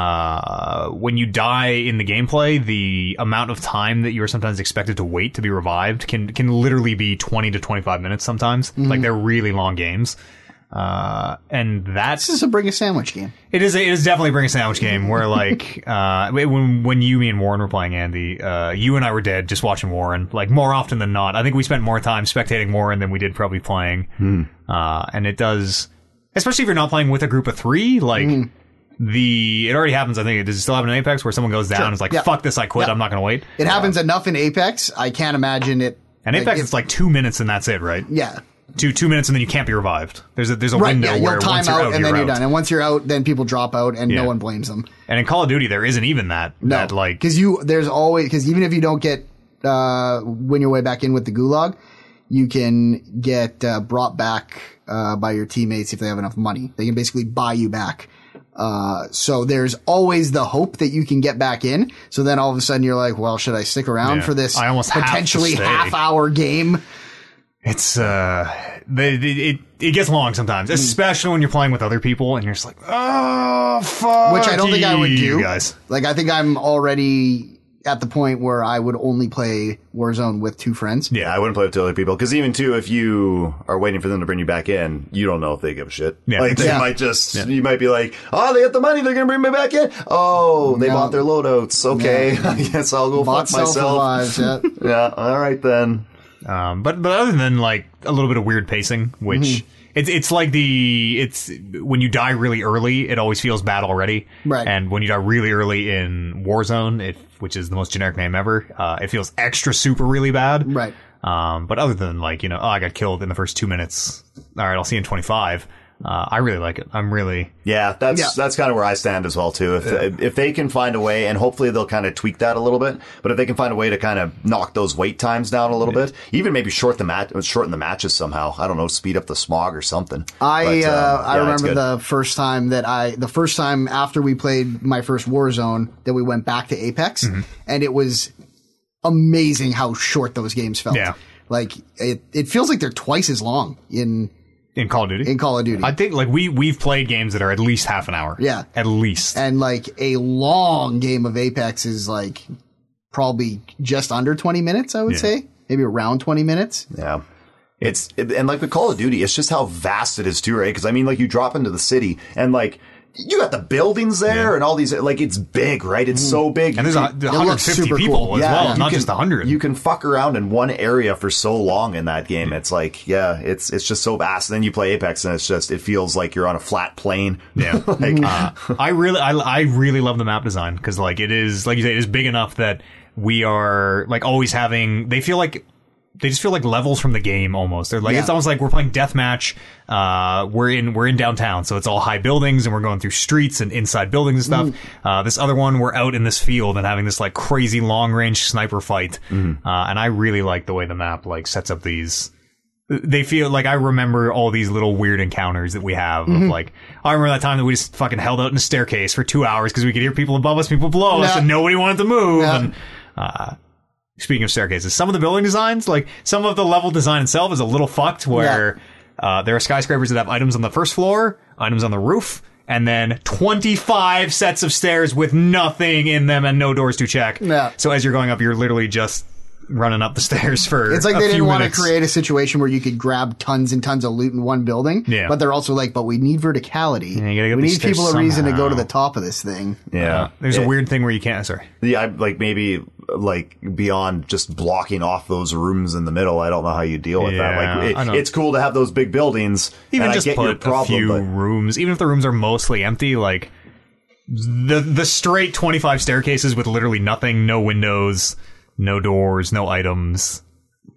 C: uh, when you die in the gameplay, the amount of time that you are sometimes expected to wait to be revived can can literally be twenty to twenty-five minutes. Sometimes, like they're really long games. Uh, and that's
B: This is a bring a sandwich game.
C: it is. A, it is definitely a bring a sandwich game where
B: (laughs)
C: like uh, when when you, me, and Warren were playing Andy, uh, you and I were dead just watching Warren. Like more often than not, I think we spent more time spectating Warren than we did probably playing.
B: Hmm.
C: Uh, and it does, especially if you're not playing with a group of three. Like
B: Hmm.
C: the it already happens. I think does it still happen in Apex where someone goes down and is like,
B: Yeah.
C: "Fuck this, I quit.
B: Yeah.
C: I'm not going to wait."
B: It happens enough in Apex. I can't imagine it.
C: And Apex,
B: if-
C: it's like two minutes and that's it, right?
B: yeah,
C: Two two minutes and then you can't be revived. There's a there's a
B: right.
C: window
B: Yeah, you'll
C: where once
B: time
C: you're
B: out
C: out,
B: and
C: you're
B: then you're
C: out.
B: done. And once you're out, then people drop out, and
C: Yeah.
B: no one blames them.
C: And in Call of Duty, there isn't even that.
B: No,
C: that, like
B: because you there's always because even if you don't get uh, win your way back in with the gulag, you can get uh, brought back uh, by your teammates if they have enough money. They can basically buy you back. Uh, so there's always the hope that you can get back in. So then all of a sudden you're like, well, should I stick around
C: Yeah.
B: for this
C: I almost have to
B: potentially
C: stay.
B: half hour game?
C: it's uh the, the, it it gets long
B: Hmm.
C: sometimes, especially when you're playing with other people and you're just like, oh fuck,
B: which I don't think I would
C: you
B: do.
C: guys.
B: Like I think I'm already at the point where I would only play Warzone with two friends.
D: Yeah, I wouldn't play with two other people because even too, if you are waiting for them to bring you back in, you don't know if they give a shit.
C: Yeah.
D: like they
B: Yeah.
D: might just you might be like, oh, they got the money, they're gonna bring me back in. Oh, they
B: No.
D: bought their loadouts. Okay, (laughs) I guess I'll go
B: Bought
D: fuck myself.
B: self alive. (laughs) Yeah.
D: Yeah, all right then.
C: Um, but but other than like a little bit of weird pacing, which
B: Hmm.
C: it's it's like the it's when you die really early, it always feels bad already.
B: Right.
C: And when you die really early in Warzone, it which is the most generic name ever, uh, it feels extra super really bad.
B: Right.
C: Um, but other than like you know, oh, I got killed in the first two minutes. All right, I'll see you in twenty five. Uh, I really like it. I'm really
D: Yeah, that's
B: Yeah.
D: that's kind of where I stand as well too. If if they can find a way, and hopefully they'll kind of tweak that a little bit, but if they can find a way to kind of knock those wait times down a little bit, even maybe short the mat, shorten the matches somehow. I don't know, speed up the smog or something.
B: I uh,
D: But, um,
B: I
D: yeah, it's
B: remember
D: good.
B: the first time that I the first time after we played my first Warzone that we went back to Apex
D: Mm-hmm.
B: and it was amazing how short those games felt.
C: Yeah.
B: Like it, it feels like they're twice as long in
C: in Call of Duty.
B: in Call of Duty.
C: I think like we we've played games that are at least half an hour.
B: Yeah.
C: at least.
B: and like a long game of Apex is like probably just under 20 minutes, I would
C: Yeah.
B: say. Maybe around 20 minutes.
D: Yeah. It's it, and like the Call of Duty, it's just how vast it is too, right? Because I mean, like you drop into the city and like you got the buildings there and all these, like it's big, right?
B: Mm.
D: It's so big.
C: and there's
D: You
C: a,
D: can-
C: 150
B: super
C: people
B: cool.
C: as
D: Yeah,
C: well,
D: you
C: not
D: can-
C: just 100.
D: You can fuck around in one area for so long in that game.
C: Mm.
D: It's like, yeah, it's it's just so vast. And then you play Apex, and it's just it feels like you're on a flat plane.
C: (laughs) (laughs)
B: (laughs)
C: Yeah. Uh,
D: like,
C: I really, I, I really love the map design because, like, it is, like you say, it is big enough that we are like always having. They feel like they just feel like levels from the game almost. They're like
B: Yeah.
C: it's almost like we're playing deathmatch. Uh, we're in we're in downtown, so it's all high buildings, and we're going through streets and inside buildings
B: Mm.
C: and stuff. Uh, this other one, we're out in this field and having this like crazy long range sniper fight.
B: Mm.
C: Uh, and I really like the way the map like sets up these. They feel like I remember all these little weird encounters that we have.
B: Mm-hmm.
C: Of like, I remember that time that we just fucking held out in a staircase for two hours because we could hear people above us, people below us,
B: Yeah.
C: and nobody wanted to move.
B: Yeah.
C: And speaking of staircases, some of the building designs, like some of the level design itself, is a little fucked. Where uh, there are skyscrapers that have items on the first floor, items on the roof, and then twenty-five sets of stairs with nothing in them and no doors to check.
B: Yeah.
C: So as you're going up, you're literally just running up the (laughs) stairs for.
B: It's like
C: a
B: they didn't
C: few
B: want to
C: minutes.
B: create a situation where you could grab tons and tons of loot in one building.
C: Yeah.
B: But they're also like, but we need verticality.
C: you gotta get
B: we
C: these
B: need people
C: stairs
B: a reason to go to
C: somehow.
B: the top of this thing.
D: Yeah,
C: Uh, there's a
D: It-
C: weird thing where you can't. Sorry.
D: Yeah, I, like maybe like beyond just blocking off those rooms in the middle. I don't know how you deal with
C: Yeah,
D: that.
C: I
D: Like,
C: know.
D: it, it's cool to have those big buildings.
C: even
D: and
C: just
D: I get
C: put
D: your problem,
C: a few
D: but-
C: rooms, even if the rooms are mostly empty, like the the straight twenty five staircases with literally nothing, no windows, no doors, no items.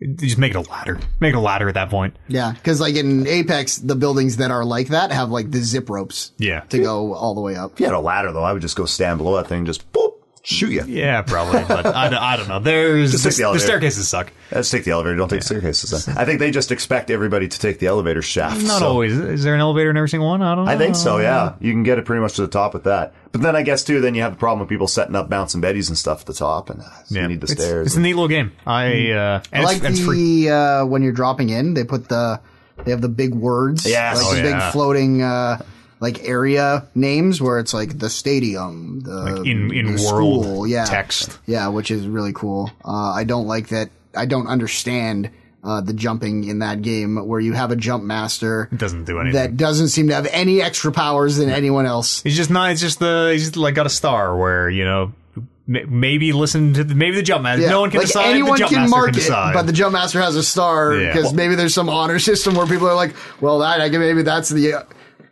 C: You Just make it a ladder. Make it a ladder at that point.
B: Yeah. Because like in Apex, the buildings that are like that have like the zip ropes.
C: Yeah.
B: To go all the way up.
D: If you had a ladder though, I would just go stand below that thing, and just boop, shoot you.
C: Yeah, probably. But I, don't- I don't know. (laughs) There's
D: Just take
C: the,
D: the elevator.
C: staircases suck.
D: Let's take the elevator. Don't take the staircases. then. I think they just expect everybody to take the elevator shaft.
C: Not
D: so-
C: always. Is there an elevator in every single one? I don't know.
D: I think so. Yeah, you can get it pretty much to the top with that. But then I guess too, then you have the problem with people setting up bouncing betties and stuff at the top, and uh,
C: Yeah.
D: you need the
C: It's-
D: stairs.
C: It's a neat little game. I uh, and
B: I
C: it's-
B: like
C: and it's free.
B: the uh, when you're dropping in, they put the they have the big words.
D: Yes.
B: Like
D: Oh,
B: the
C: yeah.
B: big floating uh, like area names where it's like the stadium, the
C: in in
B: the
C: world
B: school, yeah.
C: text.
B: Yeah, which is really cool. Uh, I don't like that. I don't understand uh, the jumping in that game where you have a jump master
C: doesn't do anything.
B: that doesn't seem to have any extra powers than anyone else.
C: He's just not. It's just the. He's just like got a star where you know m- maybe listen to the, maybe the jump master.
B: Yeah,
C: No one can
B: like
C: decide.
B: Anyone
C: the jump
B: can
C: master
B: mark
C: can
B: it,
C: decide.
B: but the jump master has a star
C: Yeah.
B: because
C: Well-
B: maybe there's some honor (laughs) system where people are like, "Well, that I can, maybe that's the uh,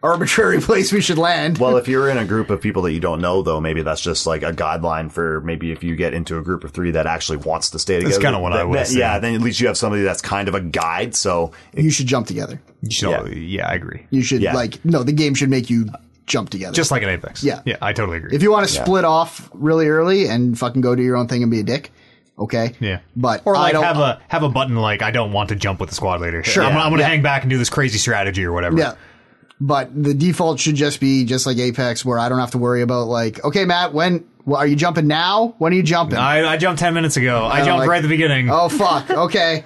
B: arbitrary (laughs) place we should land."
D: Well, if you're in a group of people that you don't know, though, maybe that's just like a guideline for maybe if you get into a group of three that actually wants to stay together.
C: kinda what I
D: that-
C: would've
D: that- Yeah,
C: said.
D: then at least you have somebody that's kind of a guide. So it-
B: you should jump together.
C: So, yeah. I agree.
B: You should
D: Yeah.
B: like no, the game should make you jump together.
C: Just like an apex.
B: Yeah.
C: yeah, I totally agree.
B: if you want to split off really early and fucking go do your own thing and be a dick, okay.
C: yeah,
B: but
C: or
B: I
C: like
B: don't,
C: have a have a button like I don't want to jump with the squad leader. Sure, I'm,
D: Yeah.
C: I'm gonna hang back and do this crazy strategy or whatever.
B: Yeah. But the default should just be just like Apex, where I don't have to worry about like, okay, Matt, when well, are you jumping now? When are you jumping?
C: I, I jumped ten minutes ago. I, jumped
B: like-
C: right at the beginning.
B: Oh fuck. Okay.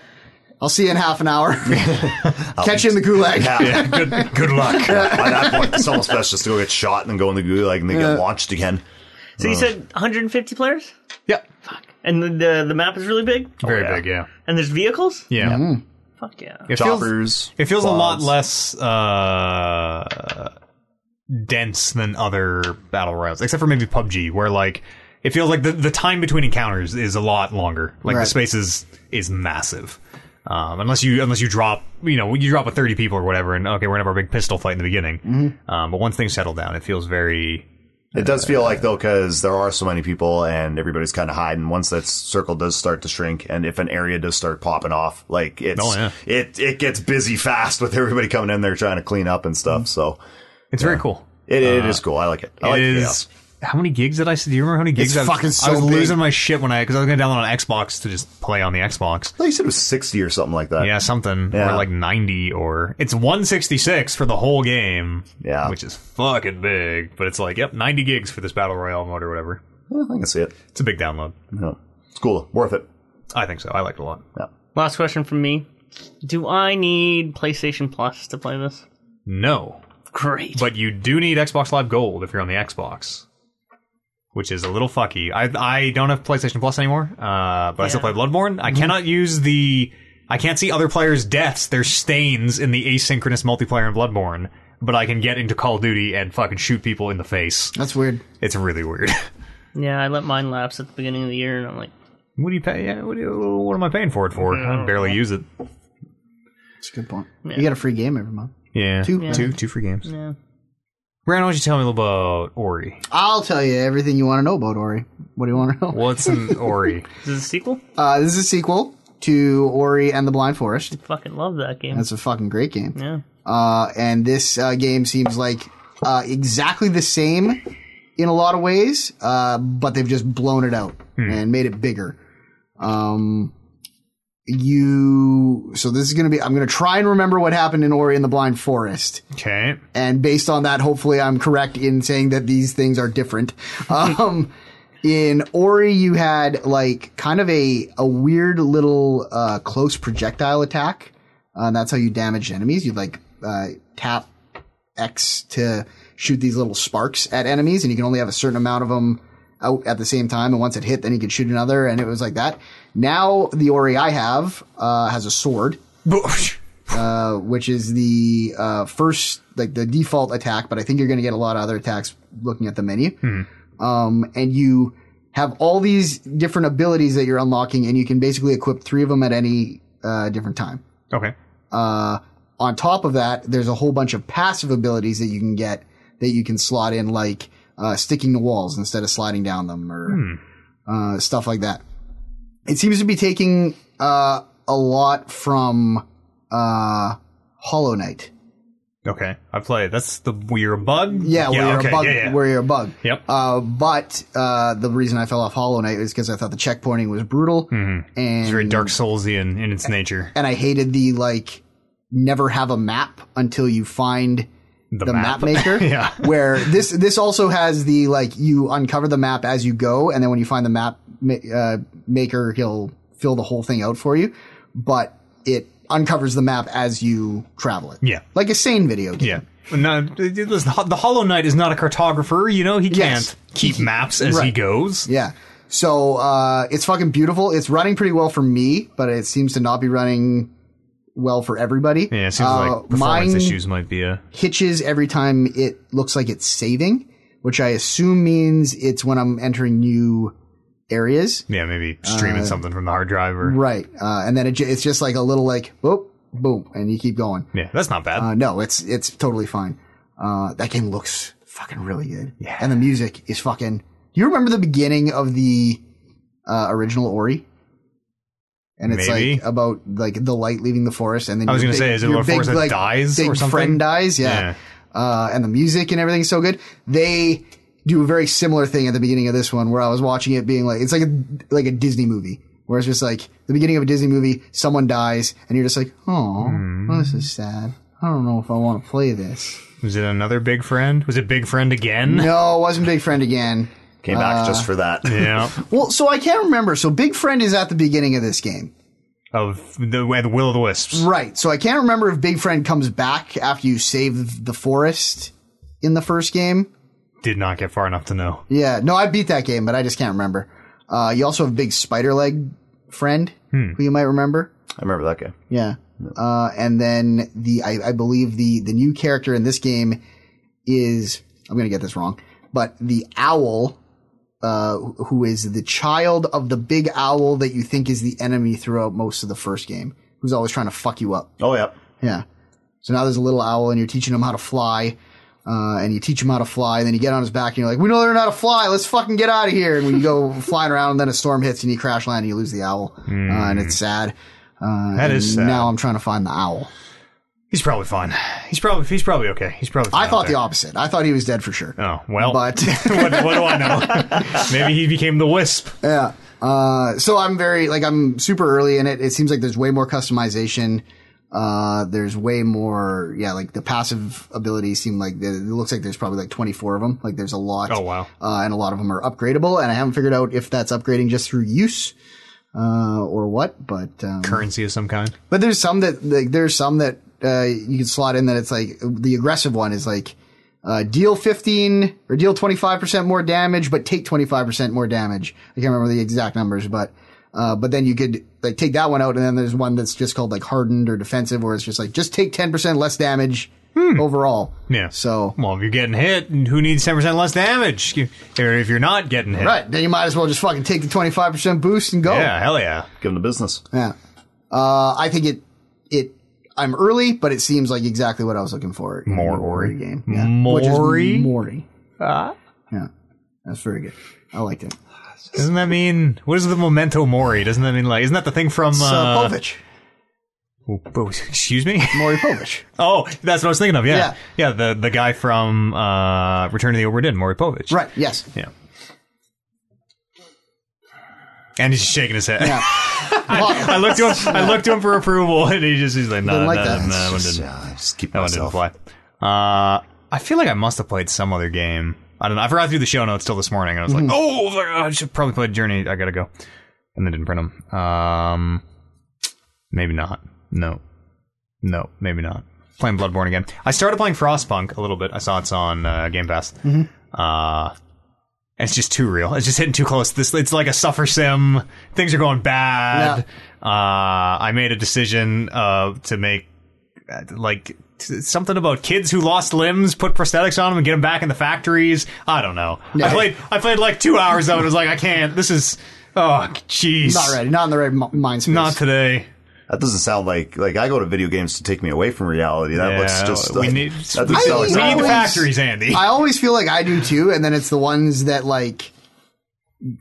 B: I'll see you in half an hour. Catch you in the gulag.
D: yeah.
C: (laughs) Yeah, good good luck.
B: (laughs)
D: By that point, it's almost best just to go get shot and then go in the gulag and then
B: Yeah.
D: get launched again.
A: So you said 150 players,
C: yeah,
A: and the, the the map is really big,
C: very
D: yeah.
C: big. Oh, Yeah,
A: and there's vehicles.
C: yeah.
B: Mm-hmm.
A: Fuck yeah.
C: It feels-
D: Choppers.
C: It feels a lot
D: quads.
C: less uh, dense than other battle royals, except for maybe PUBG, where like it feels like the, the time between encounters is a lot longer. Like the
B: Right.
C: space is is massive. Um, unless you unless you drop you know you drop with thirty people or whatever, and okay, we're gonna have our big pistol fight in the beginning.
B: Mm-hmm.
C: Um, but once things settle down, it feels very
D: It does feel like though, because there are so many people and everybody's kind of hiding. Once that circle does start to shrink, and if an area does start popping off, like it's
C: Oh, yeah.
D: it it gets busy fast with everybody coming in there trying to clean up and stuff. So
C: it's very cool.
D: It, it is cool. I like it. I like
C: Uh,
D: uh,
C: it
D: it.
C: is. How many gigs did I? Do you remember how many gigs?
B: It's
C: I was,
B: fucking so
C: I was
B: big.
C: losing my shit when I because I was gonna download on Xbox to just play on the Xbox.
D: Like you said, it was sixty or something like that.
C: (laughs) Yeah, something
D: Yeah.
C: or like ninety or it's one sixty six for the whole game.
D: Yeah.
C: which is fucking big. But it's like, yep, ninety gigs for this battle royale mode or whatever.
D: Well, I can see it.
C: It's a big download.
D: No. It's cool. Worth it.
C: I think so. I liked it a lot.
D: Yeah.
A: Last question from me. Do I need PlayStation Plus to play this?
C: No,
A: Great.
C: but you do need Xbox Live Gold if you're on the Xbox, which is a little fucky. I I don't have PlayStation Plus anymore, uh, but I still
A: Yeah.
C: play Bloodborne.
D: Mm-hmm.
C: I cannot use the. I can't see other players' deaths. There's stains in the asynchronous multiplayer in Bloodborne, but I can get into Call of Duty and fucking shoot people in the face.
B: That's weird.
C: It's really weird. (laughs)
A: yeah, I let mine lapse at the beginning of the year, and I'm like,
C: What do you pay? Yeah, what, do you, what am I paying for it for? I barely use it.
B: That's a good point. You get a free game every month.
C: Yeah,
B: Two- Yeah. two-
C: free games.
A: yeah.
C: Brandon, why don't you tell me a little about Ori?
B: I'll tell you (laughs) everything you want to know about Ori. What do you want to know?
C: What's an Ori?
A: Is this a sequel?
B: Uh, this is a sequel to Ori and the Blind Forest.
A: Fucking love that game.
B: That's a fucking great game.
A: yeah.
B: Uh, and this uh, game seems like uh, exactly the same in a lot of ways, uh, but they've just blown it out and made it bigger. Um, you so this is gonna be. I'm gonna try and remember what happened in Ori and the Blind Forest,
C: Okay.
B: and based on that, hopefully, I'm correct in saying that these things are different. Um, in Ori, you had like kind of a a weird little uh, close projectile attack, uh, and that's how you damaged enemies. You'd like uh, tap X to shoot these little sparks at enemies, and you can only have a certain amount of them out at the same time. And once it hit, then you could shoot another, and it was like that. Now the Ori I have uh, has a sword uh, which is the uh, first, like the default attack, but I think you're going to get a lot of other attacks looking at the menu. Um, and you have all these different abilities that you're unlocking, and you can basically equip three of them at any uh, different time.
C: okay.
B: Uh, on top of that, there's a whole bunch of passive abilities that you can get that you can slot in, like uh, sticking to walls instead of sliding down them or
C: Hmm.
B: uh, stuff like that. It seems to be taking uh, a lot from uh, Hollow Knight.
C: Okay. I play. That's the where you're a bug.
B: Yeah, where you're
C: okay.
B: a bug.
C: Yeah, yeah.
B: Where you're a bug.
C: Yep.
B: Uh, but uh, the reason I fell off Hollow Knight is because I thought the checkpointing was brutal, and
C: Mm-hmm. it's very Dark Soulsian in its nature.
B: and I hated the like never have a map until you find the, map. maker.
C: (laughs) Yeah.
B: Where this this also has the like you uncover the map as you go, and then when you find the map ma- uh, maker, he'll fill the whole thing out for you. But it uncovers the map as you travel it.
C: Yeah.
B: Like a sane video game.
C: Yeah. No, it it was, the Hollow Knight is not a cartographer. You know, he
B: Yes.
C: can't keep maps as he
B: Right.
C: goes.
B: Yeah. So uh, it's fucking beautiful. It's running pretty well for me, but it seems to not be running well for everybody.
C: Yeah, it seems
B: Uh,
C: like performance
B: mine
C: issues might be a.
B: hitches every time it looks like it's saving, which I assume means it's when I'm entering new areas.
C: Yeah, maybe
B: Uh,
C: streaming something from the hard drive or.
B: Right. Uh, and then it, ju- it's just like a little like, whoop, boom, and you keep going.
C: Yeah, that's not bad.
B: Uh, no, it's it's totally fine. Uh, that game looks fucking really good, yeah. and the music is fucking. Do you remember the beginning of the uh, original Ori? And it's
C: Maybe.
B: like about like the light leaving the forest, and then
C: I was
B: your
C: gonna
B: big-
C: say, is it
B: your
C: about a
B: big,
C: forest that
B: like,
C: dies or
B: big
C: something?
B: Friend dies, yeah. Uh, and the music and everything's so good. They do a very similar thing at the beginning of this one, where I was watching it, being like, it's like a like a Disney movie, where it's just like the beginning of a Disney movie, someone dies, and you're just like, oh, this is sad. I don't know if I want to play this. (laughs)
C: was it another big friend? Was it big friend again?
B: No, it wasn't Big Friend again.
D: Came back just for that.
C: (laughs) Uh, Yeah.
B: Well, so I can't remember. So Big Friend is at the beginning of this game.
C: of the, the Will of the Wisps.
B: Right. So I can't remember if Big Friend comes back after you save the forest in the first game.
C: Did not get far enough to know.
B: Yeah. No, I beat that game, but I just can't remember. Uh, you also have Big Spider Leg Friend, who you might remember.
D: I remember that game.
B: Yeah. Uh, and then the, I, I believe the, the new character in this game is, I'm going to get this wrong, but the owl, uh, who is the child of the big owl that you think is the enemy throughout most of the first game, who's always trying to fuck you up.
D: Oh, yeah.
B: Yeah. So now there's a little owl and you're teaching him how to fly. Uh, and you teach him how to fly, and then you get on his back, and you're like, "We don't learn how to fly. Let's fucking get out of here!" And when you
C: (laughs)
B: go flying around, and then a storm hits, and you crash land, and you lose the owl, uh, and it's sad. Uh,
C: Hmm. That
B: and
C: is sad.
B: Now I'm trying to find the owl.
C: He's probably fine. He's probably he's probably okay. He's probably. Fine
B: I
C: out
B: thought the
C: there.
B: opposite. I thought he was dead for sure.
C: Oh well.
B: But
C: (laughs) what, what do
B: (laughs)
C: I know? Maybe he became the Wisp.
B: yeah, uh, so I'm very like I'm super early in it. It seems like there's way more customization. Uh, there's way more, yeah, like the passive abilities seem like there- it looks like there's probably like 24 of them. Like there's a lot.
C: Oh, wow.
B: Uh, and a lot of them are upgradable, and I haven't figured out if that's upgrading just through use. Uh, or what, but, um,
C: Currency of some kind.
B: but there's some that, like, there's some that, uh, you can slot in that it's like, the aggressive one is like, uh, deal 15 or deal 25% more damage, but take 25% more damage. I can't remember the exact numbers, but, uh, but then you could like take that one out. And then there's one that's just called like hardened or defensive where it's just like, just take 10% less damage overall.
C: Hmm. Yeah.
B: So,
C: Well, if you're getting hit, who needs ten percent less damage? You- Or if you're not getting hit,
B: right. Oh. Then you might as well just fucking take the 25% boost and go.
C: Yeah, hell yeah.
D: Give him the business.
B: Yeah. Uh, I think it, it, I'm early, but it seems like exactly what I was looking for. in
C: More
B: an
C: Ori.
B: game. Yeah. Which is
C: Mori?
B: Mori. Yeah. That's very good. I liked it. process.
C: Doesn't that mean what is the memento mori? Doesn't that mean like isn't that the thing from
B: It's,
C: uh,
B: uh, Povich.
C: oh, excuse me? (laughs)
B: Maury Povich.
C: Oh, that's what I was thinking of. Yeah,
B: Yeah.
C: yeah. the the guy from uh, Return of the Obra Dinn, Maury Povich.
B: Right, yes.
C: Yeah. And he's just shaking his head.
B: Yeah.
C: (laughs) I looked to him. I looked to him for approval, and he just he's like, no,
B: Didn't
C: no,
B: like that.
C: no,
B: It's
C: that one
D: Just,
C: didn't.
D: yeah, I just keep
C: That one didn't
D: myself.
C: fly. Uh, I feel like I must have played some other game. I don't know. I forgot to do the show notes till this morning, and I was like, oh, I should probably play Journey. I gotta go, and then didn't print them. Um, maybe not. No, no, maybe not. Playing Bloodborne again. I started playing Frostpunk a little bit. I saw it's on uh, Game Pass. Uh, and it's just too real. It's just hitting too close. This it's like a suffer sim. Things are going bad. Uh, I made a decision uh, to make uh, like t- something about kids who lost limbs, put prosthetics on them, and get them back in the factories. I don't know. I played. I played like two hours of it. I was like, I can't. This is oh jeez,
B: Not ready. Not in the right mi- mind space.
C: Not today.
D: That doesn't sound like like I go to video games to take me away from reality. That
C: Yeah,
D: looks just.
C: we
D: like,
C: need.
D: That doesn't
C: we
D: sound like
C: need
D: something-
C: the
B: always-
C: factories, Andy.
B: I always feel like I do too, and then it's the ones that like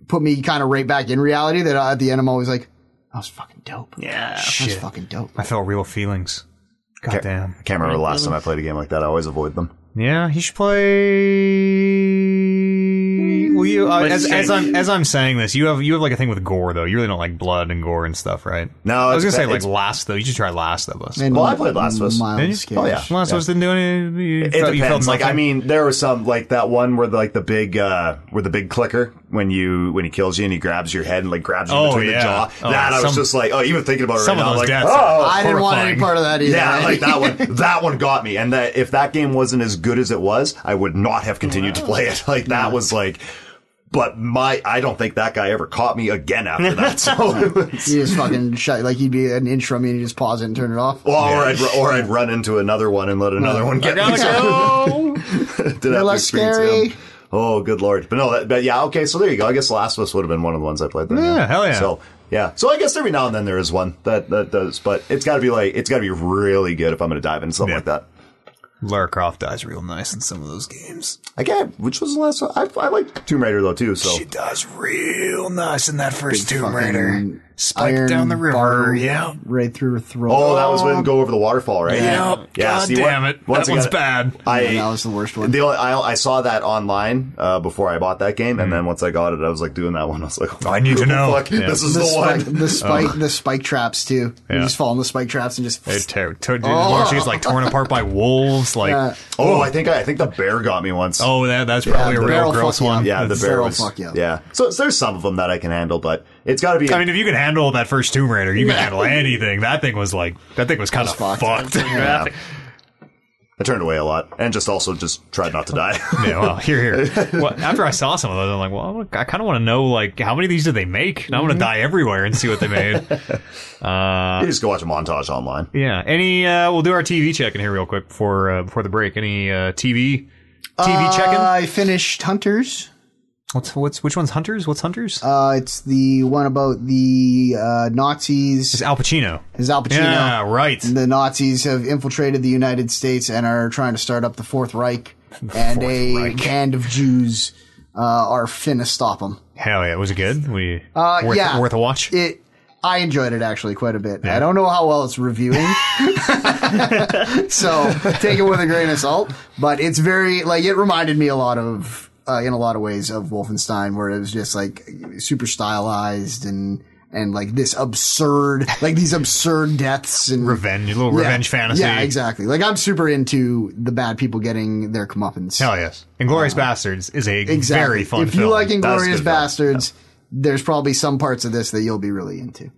B: put me kind of right back in reality that uh, at the end I'm always like, that was fucking dope.
A: Yeah.
B: That was fucking dope.
C: I felt real feelings.
D: Ca-
C: Goddamn.
D: I can't remember the last time I played a game like that. I always avoid them.
C: Yeah, he should play. Well, you uh,
A: Let's
C: as, as
A: change.
C: I'm as I'm saying this, you have you have like a thing with gore though. You really don't like blood and gore and stuff, right?
D: No,
C: I was gonna
D: it's-
C: say like
D: it's-
C: Last though. You should try Last of Us.
B: And
D: Well, I played Last of Us.
B: Miles
C: Did you?
B: Cage.
D: Oh, yeah.
C: Last of Us didn't do any. You
D: It
C: felt, you felt
D: depends. Like I
C: nothing?
D: mean, there was some like that one where the, like the big uh where the big clicker when you when he kills you and he grabs your head and like grabs you
C: Oh,
D: between
C: yeah.
D: the jaw.
C: Oh,
D: that I was
C: some-
D: just like, oh, even thinking about it
C: some of
D: right now,
C: those
D: like,
C: deaths
D: oh,
B: I didn't want any
C: Horrifying.
B: part of that either.
D: yeah,
B: man. (laughs)
D: like
C: (laughs)
D: that one. That one got me. And that if that game wasn't as good as it was, I would not have continued to play it. (laughs) Like that was like. But my, I don't think that guy ever caught me again after
C: (laughs)
D: that. So, (laughs) it was-
B: You just fucking shut. Like he'd be an inch from me and you just pause it and turn it off.
D: or I'd ru- or I'd run into another one and let another one get me.
C: Gotta go.
D: Did have to
B: less
D: experience
B: scary.
D: him. Oh, good lord! But no, that, but yeah, okay. So there you go. I guess Last of Us would have been one of the ones I played. Then,
C: Yeah, hell yeah.
D: So yeah, so I guess every now and then there is one that that does, but it's got to be like it's got to be really good if I'm going to dive into something
C: Yeah.
D: like that.
C: (laughs) Lara Croft dies real nice in some of those games.
D: I can't. Which was the last? one? I I like Tomb Raider though too. So
C: She dies real nice in that first Tomb
B: fucking
C: Raider. Spike
B: iron
C: down the river.
B: bar
C: Yeah.
B: Right through her throat.
D: oh, that was when go over the waterfall, right?
C: Yeah.
D: Yeah.
C: God
D: see, what-
C: damn it.
D: once
C: that
D: I
C: one's
D: got-
C: bad.
D: I
B: Yeah, that was the worst one.
D: The only, I, I saw that online uh, before I bought that game, and then once I got it, I was like doing that one. I was like,
C: Hmm.
D: oh,
C: I need to know.
D: Fuck,
C: Yeah.
D: This is
B: the
D: the,
B: spike,
D: one.
B: the spike, the spike traps too. You
C: Yeah.
B: just fall in the spike traps and just.
C: It ter- ter- oh. She's like torn apart by wolves. Like,
B: Yeah.
D: Oh, I think I, I think the bear got me once.
C: oh, that, that's probably
B: the
C: a
B: barrel
C: real gross
B: fuck you
C: one.
B: up.
D: Yeah, the
B: That's
D: bear
B: feral
D: was.
B: fuck, yeah.
D: yeah. So, so there's some of them that I can handle, but it's got to be.
C: I mean, if you can handle that first Tomb Raider, you can handle anything. That thing was like that thing was kind of
B: fucked.
C: fucked. (laughs)
D: yeah. I turned away a lot, and just also just tried not
C: (laughs)
D: to die.
C: yeah, well, here, here. Well, after I saw some of those, I'm like, well, I wanna- I kind of want to know like how many of these did they make? And I
B: Mm-hmm.
C: want to die everywhere and see what
B: (laughs)
C: they made.
D: you just go watch a montage online.
C: yeah. Any? Uh, we'll do our TV check in here real quick before uh, before the break. Any uh, TV TV
B: Uh,
C: checking?
B: (laughs) I finished Hunters.
C: What's what's which one's Hunters? What's Hunters?
B: Uh, it's the one about the uh, Nazis.
C: it's Al Pacino.
B: Is Al Pacino?
C: Yeah, right.
B: The Nazis have infiltrated the United States and are trying to start up the Fourth Reich, and a band of Jews uh, are finna stop them.
C: Hell yeah, was it good? We
B: Uh,
C: worth,
B: yeah,
C: worth a watch.
B: It, I enjoyed it actually quite a bit. I don't know how well it's reviewing, so take it with a grain of salt. But it's very like it reminded me a lot of uh, in a lot of ways of Wolfenstein, where it was just like super stylized and and like this absurd, like these absurd deaths and
C: Revenge, a little
B: Yeah.
C: revenge fantasy.
B: Yeah, exactly. Like I'm super into the bad people getting their comeuppance.
C: Hell yes. Inglorious Bastards is a
B: Uh, exactly.
C: very fun
B: If
C: film.
B: you like
D: That's a
B: Inglorious
D: good film.
B: Bastards. There's probably some parts of this that you'll be really into.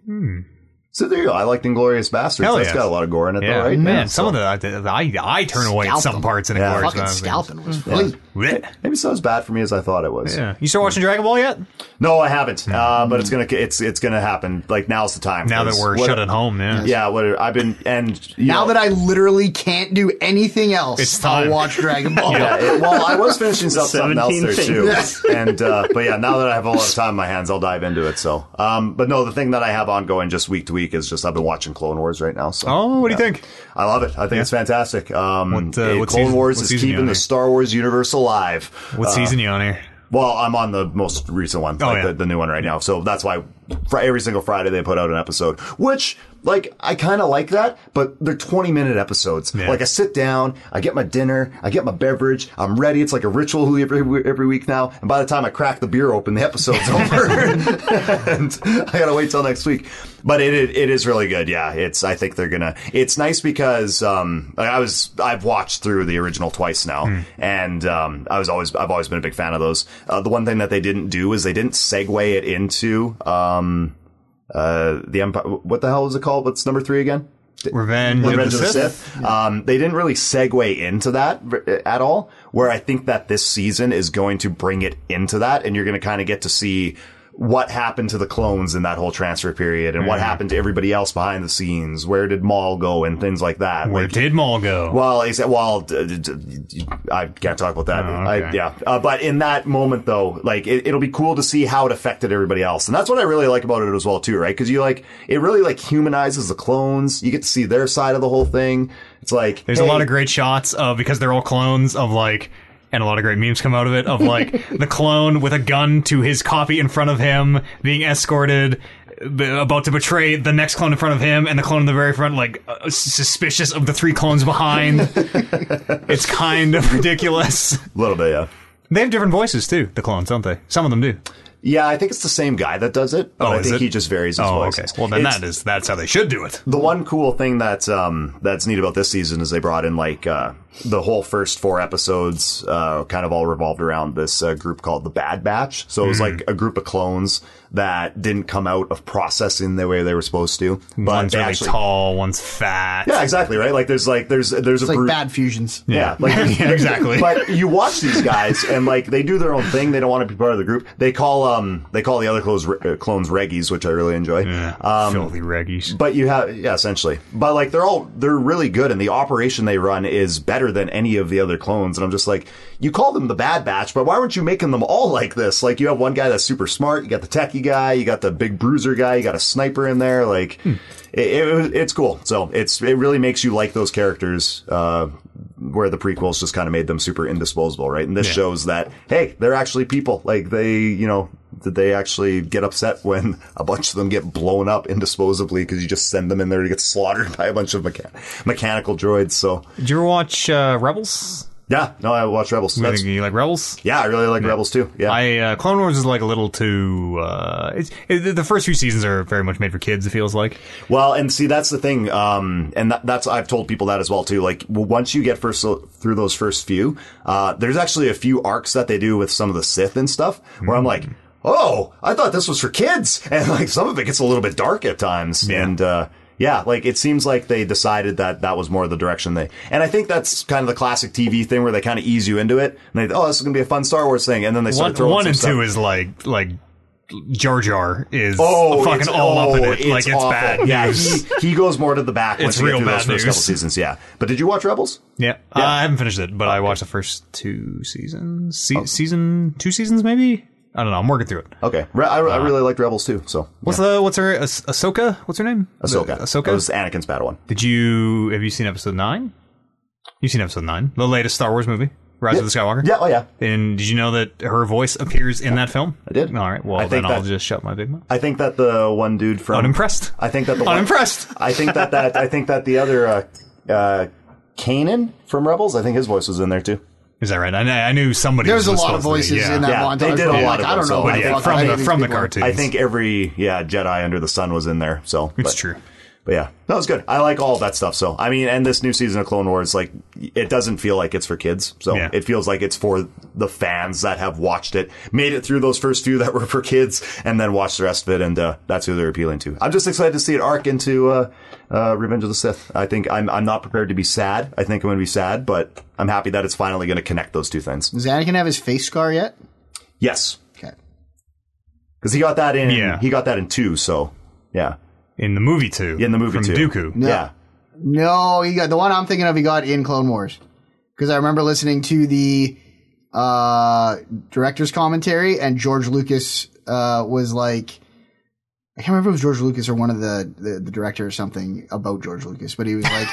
D: So there you go. I liked Inglorious Bastards.
C: Hell
D: That's
C: yeah.
D: got a lot of gore in it,
C: yeah,
D: though, right?
C: man.
D: Yeah,
C: some
D: so-
C: of the, the- I I turn away at
B: Scalp
C: some
B: them.
C: parts in
D: Yeah.
C: Inglorious
B: Fucking scalping
C: Mm.
B: was funny.
D: Maybe it's not as bad for me as I thought it was.
C: Yeah. You start watching Dragon Ball yet?
D: No, I haven't. Uh, but it's gonna it's it's gonna happen. Like now's the time.
C: Now that
D: 'Cause
C: we're
D: what-
C: shut at home, yeah.
D: Yeah, what I've been and you
B: Now
D: know-
B: that I literally can't do anything else,
C: It's
B: I'll
C: time.
B: watch Dragon
C: (laughs)
B: Ball.
D: yeah, it- well, I was finishing up something else
A: 17
D: there too,
B: things.
D: (laughs) and uh, but yeah, now that I have a lot of time on my hands, I'll dive into it. So, um, but no, the thing that I have ongoing just week to week is just I've been watching Clone Wars right now. So,
C: Oh, what do you
D: yeah.
C: think?
D: I love it. I think it's fantastic. Um,
C: What, uh,
D: eh,
C: what
D: Clone
C: season-
D: Wars
C: what
D: is
C: season you
D: keeping
C: on
D: the
C: here?
D: Star Wars universe alive.
C: What season you on here?
D: Well, I'm on the most recent one, like
C: Oh, yeah.
D: the, the new one right now. So that's why fr- every single Friday they put out an episode, which like I kind of like that, but they're 20 minute episodes.
C: Yeah.
D: Like I sit down, I get my dinner, I get my beverage, I'm ready. It's like a ritual every, every week now. And by the time I crack the beer open, the episode's (laughs) over. and I gotta wait till next week. But it, it it is really good. Yeah, it's I think they're gonna. It's nice because um I was I've watched through the original twice now, and um I was always I've always been a big fan of those. Uh, the one thing that they didn't do is they didn't segue it into um uh the empire. What the hell is it called? What's number three again?
C: Revenge,
D: Revenge of the Sith. Um, they didn't really segue into that r- at all. Where I think that this season is going to bring it into that, and you're going to kind of get to see what happened to the clones in that whole transfer period, and what happened to everybody else behind the scenes. Where did Maul go, and things like that.
C: Where
D: Like,
C: did Maul go?
D: well, he said, well, d- d- d- I can't talk about that.
C: Oh,
D: I,
C: okay.
D: yeah. Uh, but in that moment, though, like, it, it'll be cool to see how it affected everybody else. And that's what I really like about it as well, too, right? Cause you like, it really like humanizes the clones. You get to see their side of the whole thing. It's like,
C: There's
D: hey,
C: a lot of great shots of because they're all clones of like, and a lot of great memes come out of it of
D: (laughs)
C: like the clone with a gun to his copy in front of him being escorted. b- About to betray the next clone in front of him, and the clone in the very front, like uh, suspicious of the three clones behind.
D: (laughs)
C: it's kind of ridiculous.
D: little bit, yeah.
C: They have different voices too, the clones, don't they? Some of them do.
D: Yeah, I think it's the same guy that does it, but
C: Oh,
D: I
C: is
D: think
C: it?
D: he just varies his
C: Oh,
D: voice.
C: okay. Well, then
D: It's-
C: that is that's how they should do it.
D: The one cool thing that's um, that's neat about this season is they brought in like uh, the whole first four episodes, uh, kind of all revolved around this uh, group called the Bad Batch. So it
C: Hmm.
D: was like a group of clones that didn't come out of processing the way they were supposed to. But
C: one's
D: they
C: really
D: actually-
C: tall, one's fat. (laughs)
D: Yeah, exactly. Right. Like there's like there's there's
B: It's
D: a
B: like
D: brute-
B: bad fusions.
D: yeah,
C: (laughs)
D: like
C: Yeah, exactly.
D: But you watch these guys, and like they do their own thing. They don't want to be part of the group. They call um they call the other clones uh, clones reggies, which I really enjoy.
C: Filthy reggies.
D: But you have, yeah, essentially. But like they're all they're really good, and the operation they run is better than any of the other clones. And I'm just like, you call them the Bad Batch, but why weren't you making them all like this? Like you have one guy that's super smart, you got the techie guy, you got the big bruiser guy, you got a sniper in there. Like it, it was- it's cool. So it's it really makes you like those characters. Uh, where the prequels just kind of made them super indisposable, right? And this shows that hey, they're actually people. Like they, you know, did they actually get upset when a bunch of them get blown up indisposably because you just send them in there to get slaughtered (laughs) by a bunch of mecha- mechanical droids? So
C: Did you ever watch uh, Rebels?
D: yeah, no, I watch Rebels.
C: You
D: That's,
C: think you like Rebels?
D: yeah, I really like Rebels too. Yeah,
C: I uh, Clone Wars is like a little too. Uh, it's it, the first few seasons are very much made for kids. It feels like
D: Well, and see, that's the thing. Um, and that, that's, I've told people that as well, too. Like, w- once you get first through those first few, uh, there's actually a few arcs that they do with some of the Sith and stuff where I'm
C: Hmm.
D: like, Oh, I thought this was for kids. (laughs) And like some of it gets a little bit dark at times. And, uh, yeah, like it seems like they decided that that was more the direction they, and I think that's kind of the classic TV thing where they kind of ease you into it. And they, oh, this is gonna be a fun Star Wars thing, and then they start
C: one,
D: throwing
C: one
D: some
C: and
D: stuff.
C: two is like like Jar Jar is
D: Oh,
C: fucking
D: it's-
C: all up in
D: oh,
C: it. like it's
D: awful.
C: bad.
D: Yeah,
C: news.
D: he, he goes more to the back
C: (laughs)
D: once
C: It's
D: you get
C: real
D: through those
C: bad
D: first couple
C: news.
D: seasons. Yeah, but did you watch Rebels?
C: Yeah, Uh, I haven't finished it, but I watched the first two seasons. Se-
D: Oh.
C: Season two seasons, maybe. I don't know. I'm working through it.
D: Okay, Re- I,
C: Uh,
D: I really liked Rebels too. So
C: What's the what's her Ahs- Ahsoka? What's her name?
D: Ahsoka,
C: The-
D: that
C: uh, Ahsoka.
D: was Anakin's Padawan.
C: Did you have you seen episode nine? You've seen episode nine, the latest Star Wars movie, Rise of the Skywalker.
D: Yeah, oh yeah.
C: And did you know that her voice appears in that film? I
D: did.
C: All right. Well,
D: I think
C: then I'll
D: that- Oh.
C: just shut my big mouth.
D: I think that the one dude from
C: Unimpressed.
D: I think that the one,
C: Unimpressed.
D: I think that that I think that the other uh, uh, Kanan from Rebels. I think his voice was in there too.
C: Is that right? I, kn- I knew somebody.
B: There's a
C: was
B: lot of
C: supposed to
B: voices
C: be, yeah.
B: in that
D: Yeah,
B: montage.
D: they
B: but
D: did a
B: I'm
D: lot
B: like,
D: of
B: I don't know.
D: them,
B: what
D: so
B: the
D: I
B: fuck any
C: from
D: think-
B: of
C: the
B: these
C: from the
B: people are.
C: cartoons.
D: I think every yeah Jedi under the sun was in there. So
C: it's
D: but-
C: true.
D: But yeah, that was good. I like all that stuff. So I mean, and this new season of Clone Wars, like, it doesn't feel like it's for kids. So
C: Yeah.
D: it feels like it's for the fans that have watched it, made it through those first few that (laughs) were for kids, and then watched the rest of it. And uh, that's who they're appealing to. I'm just excited to see it arc into uh, uh, Revenge of the Sith. I think I'm I'm not prepared to be sad. I think I'm going to be sad, but I'm happy that it's finally going to connect those two things.
B: Does Anakin have his face scar yet?
D: Yes,
B: Okay.
D: because he got that in.
C: Yeah.
D: he got that in two. So yeah,
C: In the movie too.
D: in the movie
C: from
D: too.
C: Dooku.
D: Yeah.
B: No, he got the one I'm thinking of. He got in Clone Wars because I remember listening to the uh, director's commentary, and George Lucas uh, was like,
C: (laughs)
B: I can't remember if it was George Lucas or one of the the, the director or something about George Lucas, but he was like.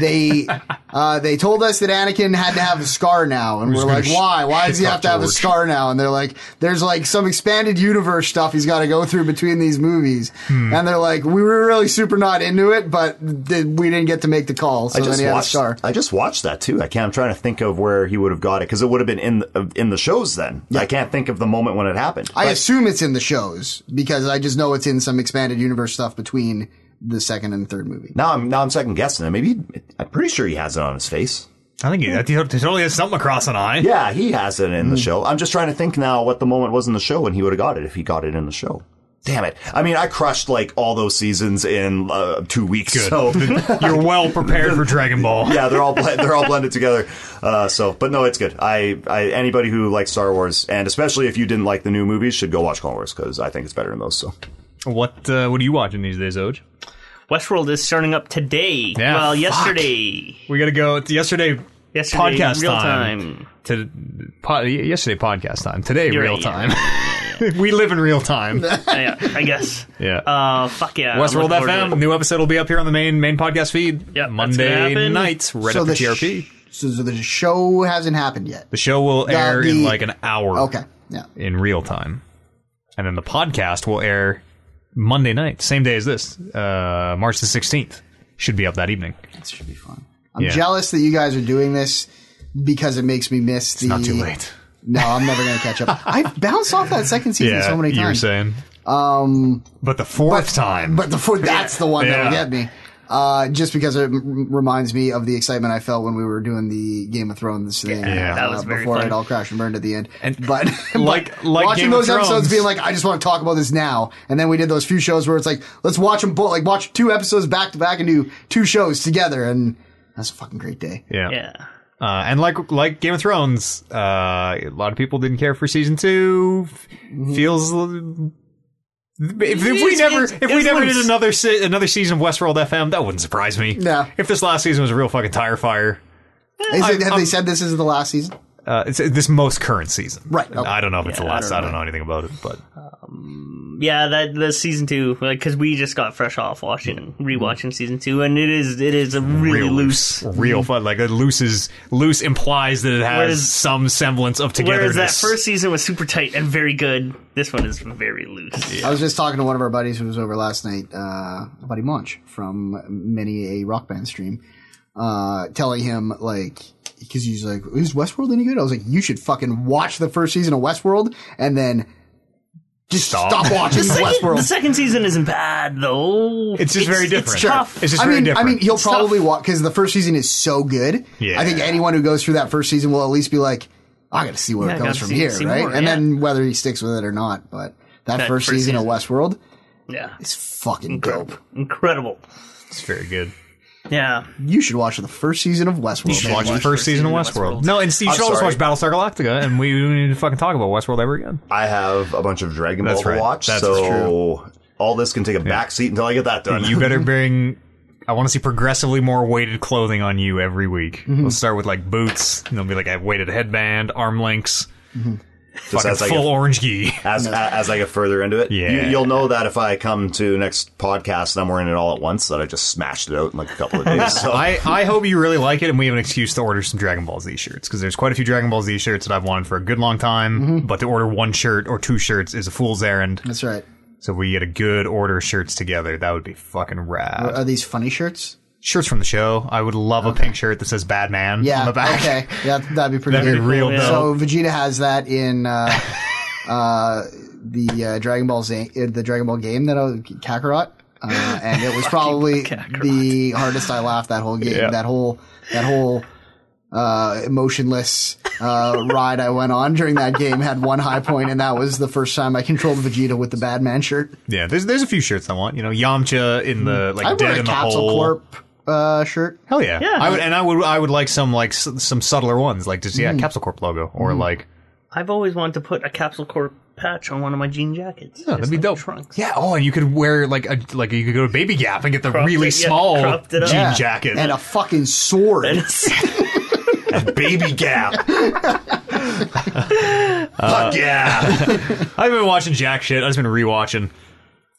B: They uh, they told us that Anakin had to have a scar now, and we're
C: gonna
B: like,
C: sh-
B: why? Why does he
C: shit
B: have to have a
C: George.
B: scar now? And they're like, there's like some expanded universe stuff he's got to go through between these movies, and they're like, we were really super not into it, but th- we didn't get to make the call, so
D: I
B: then
D: just
B: he had a
D: watched.
B: scar.
D: I just watched that too. I can't. I'm trying to think of where he would have got it because it would have been in the, in the shows. Then I can't think of the moment when it happened.
B: I
D: But-
B: assume it's in the shows because I just know it's in some expanded universe stuff between the second and third movie.
D: now I'm now I'm second guessing it. Maybe he- I'm pretty sure he has it on his face.
C: I think he, that he totally has something across an eye.
D: Yeah, he has it
B: Hmm.
D: in the show. I'm just trying to think now what the moment was in the show when he would have got it if he got it in the show. Damn it! I mean, I crushed like all those seasons in uh, two weeks.
C: Good.
D: So
B: (laughs)
C: You're well prepared
D: (laughs)
C: for Dragon Ball.
D: yeah, they're all blend, they're all blended together. Uh, so, but no, it's good. I, I anybody who likes Star Wars, and especially if you didn't like the new movies, should go watch Clone Wars because I think it's better than those. So,
C: What uh, What are you watching these days, Oj?
A: Westworld is starting up today.
C: Yeah,
A: well,
C: fuck.
A: yesterday.
C: We got to go. It's yesterday
A: Yesterday,
C: podcast
A: real
C: time.
A: time.
C: To po- yesterday podcast time. Today
A: You're
C: real
A: right, yeah.
C: time. (laughs) we live in
A: (laughs)
C: real time. (laughs)
A: yeah, I guess.
C: Yeah.
A: Uh, fuck yeah. I'm looking
C: Westworld
A: forward to
C: FM.
A: it.
C: New episode will be up here on the main main podcast feed.
A: Yep, that's gonna
C: Monday
A: happen.
C: nights. Reddit for
B: the
C: TRP.
B: sh- so so the show hasn't happened yet.
C: the show will
B: Yeah,
C: air in
B: the-
C: like an hour.
B: Okay, yeah.
C: in real time. And then the podcast will air Monday night, same day as this, uh, March the 16th. Should be up that evening.
B: It should be fun. I'm
C: Yeah.
B: jealous that you guys are doing this because it makes me miss the.
C: Not too late.
B: No, I'm never going to catch (laughs) up. I've bounced off that second season so many
C: you were
B: times.
C: saying. Um, but the fourth time.
B: But the foot, that's the one that'll
C: Yeah.
B: get me. Uh, just because it m- reminds me of the excitement I felt when we were doing the Game of Thrones thing
C: Yeah. that
A: was
B: uh,
A: very
B: before
A: fun.
B: it all crashed and burned at the end. (laughs) but
C: (laughs) like-
B: but
C: like
B: watching
C: Game of
B: those episodes,
C: Thrones.
B: being like, I just want to talk about this now. And then we did those few shows where it's like, let's watch them both, like watch two episodes back to back and do two shows together, and that's a fucking great day.
C: yeah.
A: Yeah.
C: Uh, and like like Game of Thrones, uh, a lot of people didn't care for season two. Feels if, if we
A: It's-
C: never
A: it's-
C: if
A: it
C: we
A: was
C: never did
A: loose.
C: another se- another season of Westworld FM, that wouldn't surprise me.
B: No.
C: If this last season was a real fucking tire fire,
B: Is it-
C: I'm-
B: have they
C: I'm-
B: said this is the last season?
C: uh, it's this most current season.
B: Right, okay.
C: I don't know if it's the
A: Yeah, I
C: last.
A: don't
C: I don't know anything about it, but
A: Yeah, that the season two, like, because we just got fresh off watching, rewatching season two, and it is it is a really
C: real
A: loose. Mm-hmm.
C: loose, real fun. Like uh, loose is loose implies that it has
A: Whereas-
C: some semblance of
A: Whereas
C: togetherness.
A: that first season was super tight and very good. This one is very loose.
B: I was just talking to one of our buddies who was over last night, uh, buddy Munch from many a rock band stream, uh, telling him like because he's like, is Westworld any good? I was like, you should fucking watch the first season of Westworld and then just stop,
C: Stop.
B: watching
A: The second, the
B: Westworld.
A: second season isn't bad though.
C: It's just very different.
A: It's tough.
C: It's just
B: I
C: very
B: mean, I
C: different.
B: mean, he'll probably watch because the first season is so good.
C: Yeah.
B: I think anyone who goes through that first season will at least be like, I got to see where
A: Yeah,
B: it
A: gotta
B: goes from
A: see-
B: here,
A: see
B: right?
A: more,
B: and
A: yeah.
B: then whether he sticks with it or not, but that, first,
A: first
B: season, of
A: season.
B: Westworld
A: yeah,
B: is fucking dope.
A: incredible.
C: it's very good.
A: Yeah,
B: You should watch the first season of Westworld.
C: You should watch the first season of Westworld.
A: Westworld.
C: No, and you should always
D: sorry.
C: watch Battlestar Galactica, and we don't need to fucking talk about Westworld ever again.
D: I have a bunch of Dragon Ball
C: That's right.
D: to watch.
C: That's
D: so all this can take a back seat until I get that done.
C: You better bring. I want to see progressively more weighted clothing on you every week.
D: Mm-hmm.
C: We'll start with like boots, and they'll be like a weighted headband, arm links,
D: (laughs) Just
C: fucking
D: as I
C: full
D: get-
C: orange gi.
D: as, a- as I get further into it,
C: Yeah.
D: you, will know that if I come to next podcast and I'm wearing it all at once, that I just smashed it out in like a couple
C: (laughs)
D: of days. So
C: I, I hope you really like it, and we have an excuse to order some Dragon Ball Z shirts because there's quite a few Dragon Ball Z shirts that I've wanted for a good long time.
D: Mm-hmm.
C: But to order one shirt or two shirts is a fool's errand.
B: That's right.
C: So if we get a good order of shirts together, that would be fucking rad.
B: Are these funny shirts?
C: shirts from the show. I would love a pink shirt that says "Bad Man"
B: Yeah.
C: on the back.
B: Okay. Yeah, that'd be pretty
C: That'd be
B: good.
C: real
A: Yeah.
C: dope.
B: So Vegeta has that in
C: (laughs)
B: uh, uh, the uh, Dragon Ball Z- uh, the Dragon Ball game that I was, Kakarot, uh, and it
C: (laughs)
B: was probably the hardest I laughed that whole game.
C: Yeah.
B: That whole that whole uh, emotionless uh, ride I went on during that game had one high point, and that was the first time I controlled Vegeta with the bad man shirt.
C: (laughs) yeah, there's there's a few shirts I want. You know, Yamcha in the like
B: Hmm. I
C: dead
B: wear a
C: in the
B: Capsule
C: hole.
B: Corp uh, shirt.
C: Hell yeah.
A: Yeah.
C: I would and I would I would like some like s- some subtler ones like just yeah
B: Hmm.
C: Capsule Corp logo or like
A: I've always wanted to put a Capsule Corp patch on one of my jean jackets. Yeah,
C: that'd be dope.
A: Trunks.
C: Yeah. Oh, and you could wear like a like you could go to Baby Gap and get the really
A: it, yeah,
C: small
A: cropped it
C: jean
A: up.
B: Yeah.
C: jacket.
B: and a fucking sword.
C: (laughs)
D: baby
B: (laughs)
D: gap. Fuck yeah.
C: I've been watching jack shit. I've just been rewatching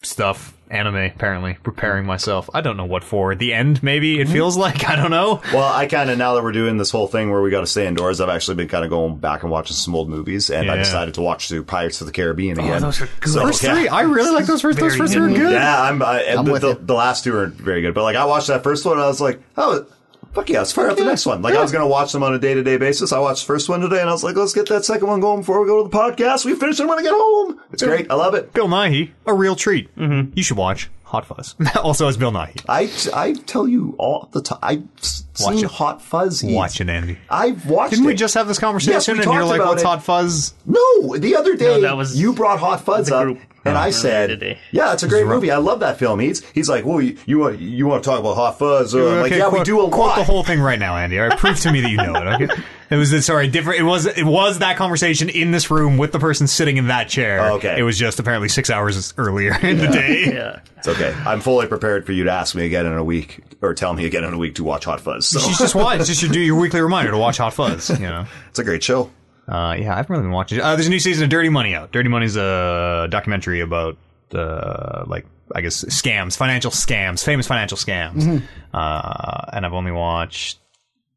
C: stuff, anime, apparently, preparing myself. I don't know what for. The end, maybe?
B: Hmm.
C: It feels like. I don't know.
D: Well, I kind of now that we're doing this whole thing where we got to stay indoors, I've actually been kind of going back and watching some old movies, and I
C: Yeah.
D: decided to watch through Pirates of the Caribbean again.
A: those are good.
D: So,
C: First
D: yeah.
C: three, I really like those first. Those
A: Very
C: first three are
A: good.
C: good.
D: Yeah, I'm. I, and
B: I'm
D: the,
B: with
D: the,
B: you.
D: the last two aren't very good, but like I watched that first one, and I was like, oh. Fuck yeah, let's fire up the next one. Like I was gonna watch them on a day to day basis. I watched the first one today, and I was like, let's get that second one going before we go to the podcast. We finish it when I get home. It's great. I love it.
C: Bill Nighy, a real treat. Mm-hmm. You should watch Hot Fuzz. (laughs) also, it's Bill Nighy.
D: I, I tell you all the time. I've s-
C: Watch
D: seen
C: it.
D: Hot Fuzz.
C: Watch it, Andy.
D: I've watched.
C: Didn't we
D: it.
C: just have this conversation?
D: Yes, we
C: and you're
D: talked
C: like,
D: about
C: "What's
D: it."
C: Hot Fuzz?"
D: No, the other day
A: that was
D: you brought Hot Fuzz
A: the
D: up,
A: group. Oh,
D: and I said,
A: today.
D: "Yeah, it's a great movie. I love that film." He's he's like, "Well, you you want, you want to talk about Hot Fuzz?" Uh, I'm like,
C: Okay,
D: yeah, we
C: quote,
D: do a
C: quote
D: lot.
C: the whole thing right now, Andy. All right, prove to me that you know it. Okay, (laughs) it was sorry different. It was it was that conversation in this room with the person sitting in that chair.
D: Oh, okay.
C: it was just apparently six hours earlier in the day.
A: (laughs)
C: (laughs)
A: Yeah.
D: it's okay. I'm fully prepared for you to ask me again in a week, or tell me again in a week to watch Hot Fuzz.
C: (laughs)
D: So
C: You should just watch. Just should do your weekly reminder to watch Hot Fuzz. You know.
D: it's a great show.
C: Uh, yeah, I haven't really been watching. Uh, there's a new season of Dirty Money out. Dirty Money's a documentary about uh, like I guess scams, financial scams, famous financial scams.
B: Mm-hmm.
C: Uh, and I've only watched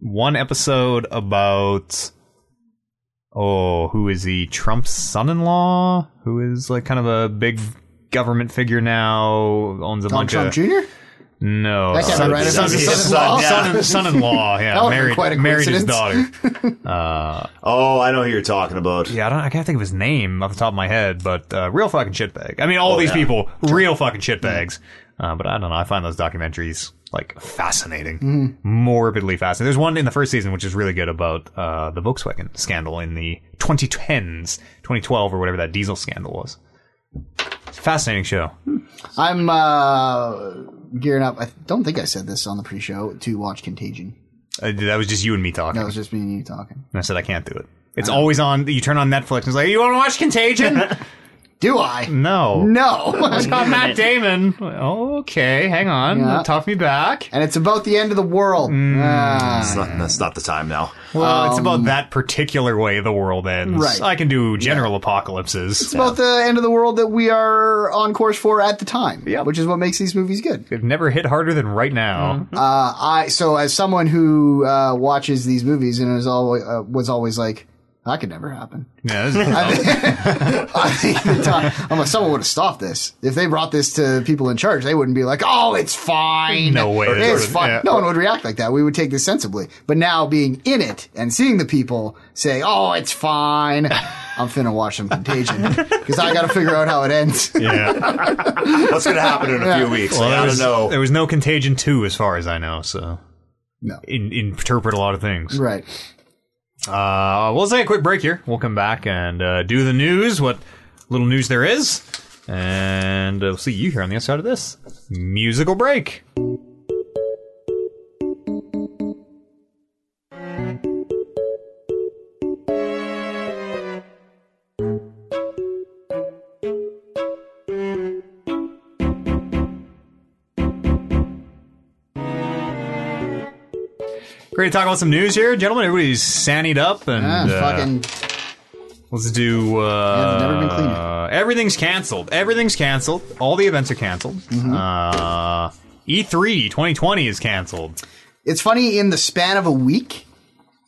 C: one episode about oh, who is he? Trump's son-in-law, who is like kind of a big government figure now, owns a
B: Donald
C: bunch
B: Trump
C: of
B: Jr.
C: No,
B: That can't be
C: son-
B: right. It's
C: son-
B: his
C: son-
D: son-in-law.
B: (laughs)
C: son- son-in-law,
B: That
C: yeah,
B: would've been
C: married,
B: quite a
C: married his daughter.
B: coincidence.
D: Oh, I know who you're talking about.
C: Yeah, I don't. I can't think of his name off the top of my head, but uh, real fucking shitbag. I mean, all these people, real fucking shitbags. Uh, but I don't know. I find those documentaries like fascinating, morbidly fascinating. There's one in the first season which is really good about uh, the Volkswagen scandal in the 2010s, 2012 or whatever that diesel scandal was. It's a fascinating show.
B: I'm uh, gearing up. I don't think I said this on the pre-show to watch Contagion.
C: Uh, that was just you and me talking.
B: That was just me and you talking.
C: And I said I can't do it. It's always on. You turn on Netflix and it's like, you want to watch Contagion?
B: Do I?
C: no.
B: No. (laughs)
C: It's got Matt Damon. Okay, hang on.
B: Yeah.
C: Talk me back.
B: and it's about the end of the world.
C: Mm.
B: Ah.
D: It's not, that's not the time now.
C: Well, it's about that particular way the world ends.
B: Um, Right.
C: I can do general apocalypses.
B: It's about the end of the world that we are on course for at the time,
C: Yeah.
B: which is what makes these movies good.
C: They've never hit harder than right now.
B: Uh, I so as someone who uh, watches these movies and is always uh, was always like, that could never happen. (laughs)
C: Yeah, this is-
B: I think the time, I'm like, someone would have stopped this if they brought this to people in charge. They wouldn't be like, oh, it's fine.
C: No way.
B: it's
C: Yeah.
B: fine. No one would react like that. We would take this sensibly. But now being in it and seeing the people say, oh, it's
C: (laughs)
B: fine. I'm finna watch some Contagion because I got to figure out how it ends.
C: yeah.
D: What's going to happen
C: (laughs)
D: in a few weeks?
C: Well,
D: I
C: there,
D: don't
C: was,
D: know.
C: there was no Contagion 2 as far as I know, so.
B: No.
C: In, interpret a lot of things.
B: Right.
C: Uh, we'll take a quick break here. We'll come back and uh, do the news, what little news there is. And uh, we'll see you here on the other side of this musical break. Great to talk about some news here, gentlemen. Everybody's sannied up and
B: Ah,
C: uh,
B: fucking
C: Let's do. Uh,
B: they've never been cleaner.
C: uh, everything's canceled. Everything's canceled. All the events are canceled.
B: Mm-hmm.
C: Uh, E3 2020 is canceled.
B: It's funny in the span of a week,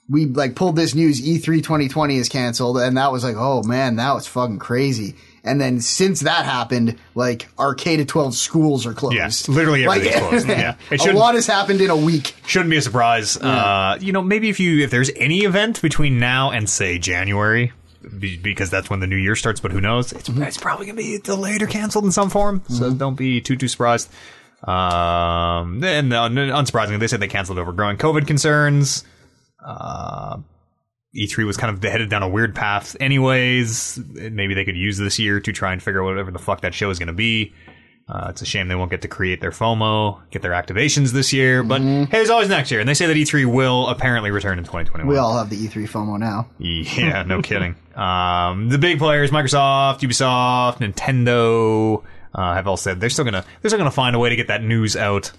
B: we like pulled this news E E3 2020 is canceled, and that was like, oh man, that was fucking crazy. And then since that happened, like our K to 12 schools are closed.
C: Yes, literally everything's
B: (laughs)
C: closed. Yeah. It
B: a
C: shouldn't-
B: lot has happened in a week.
C: Shouldn't be a surprise. Uh, you know, maybe if you if there's any event between now and say January, be, because that's when the new year starts. But who knows? It's,
B: Mm-hmm.
C: it's probably gonna be delayed or canceled in some form. So don't be too too surprised. Um, and uh, unsurprisingly, they said they canceled over growing COVID concerns. E3 Uh, E was kind of headed down a weird path, anyways. Maybe they could use this year to try and figure out whatever the fuck that show is going to be. Uh, it's a shame they won't get to create their FOMO, get their activations this year, but hey, there's always next year. And they say that E3 will apparently return in 2021.
B: We all have the E3 FOMO now.
C: (laughs) Yeah, no kidding. Um, the big players, Microsoft, Ubisoft, Nintendo, uh, have all said they're still gonna they're still gonna find a way to get that news out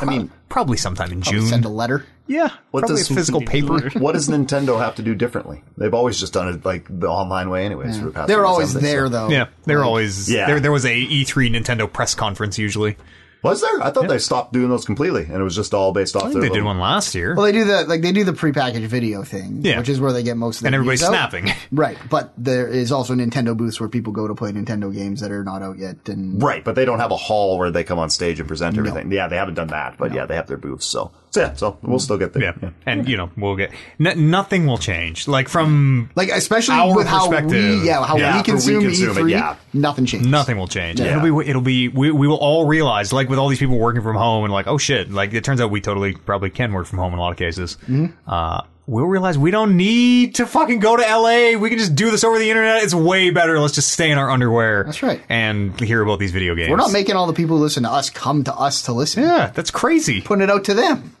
C: I mean, probably sometime in June.
B: Send a letter.
C: yeah,
D: What
C: probably
D: does- (laughs)
C: physical paper.
D: What does Nintendo have to do differently? They've always just done it like the online way, anyways. For the past
B: They were
D: years,
B: always
D: haven't they?
B: there
D: So-
B: though.
C: Yeah, they're always.
D: Yeah.
C: There, there was a E3 Nintendo press conference usually.
D: Was there? I thought they stopped doing those completely, and it was just all based
C: I
D: off. their
C: think they did
D: little-
C: one last year.
B: Oh. Well, they do the like they do the prepackaged video thing,
C: Yeah.
B: which is where they get most of their
C: and everybody's
B: views out.
C: snapping. (laughs)
B: Right, but there is also Nintendo booths where people go to play Nintendo games that are not out yet, and
D: Right, but they don't have a hall where they come on stage and present everything. Yeah, they haven't done that, but yeah, they have their booths. So, so yeah, so we'll still get there.
C: Yeah. And, you know, we'll get. N- nothing will change. Like, from.
B: like especially
C: Our
B: with how
C: perspective.
B: we yeah how
D: Yeah,
B: we,
D: for we
B: consume
D: consume it,
B: E3,
D: yeah.
B: nothing changed.
C: Nothing will change.
D: Yeah.
C: It'll be. It'll be. We, we will all realize, like with all these people working from home, and like, oh shit! Like it turns out we totally probably can work from home in a lot of cases.
B: Mm-hmm.
C: Uh, we'll realize we don't need to fucking go to LA. We can just do this over the internet. It's way better. Let's just stay in our underwear.
B: That's right.
C: And hear about these video games.
B: We're not making all the people who listen to us come to us to listen.
C: Yeah, that's crazy.
B: Putting it out to them.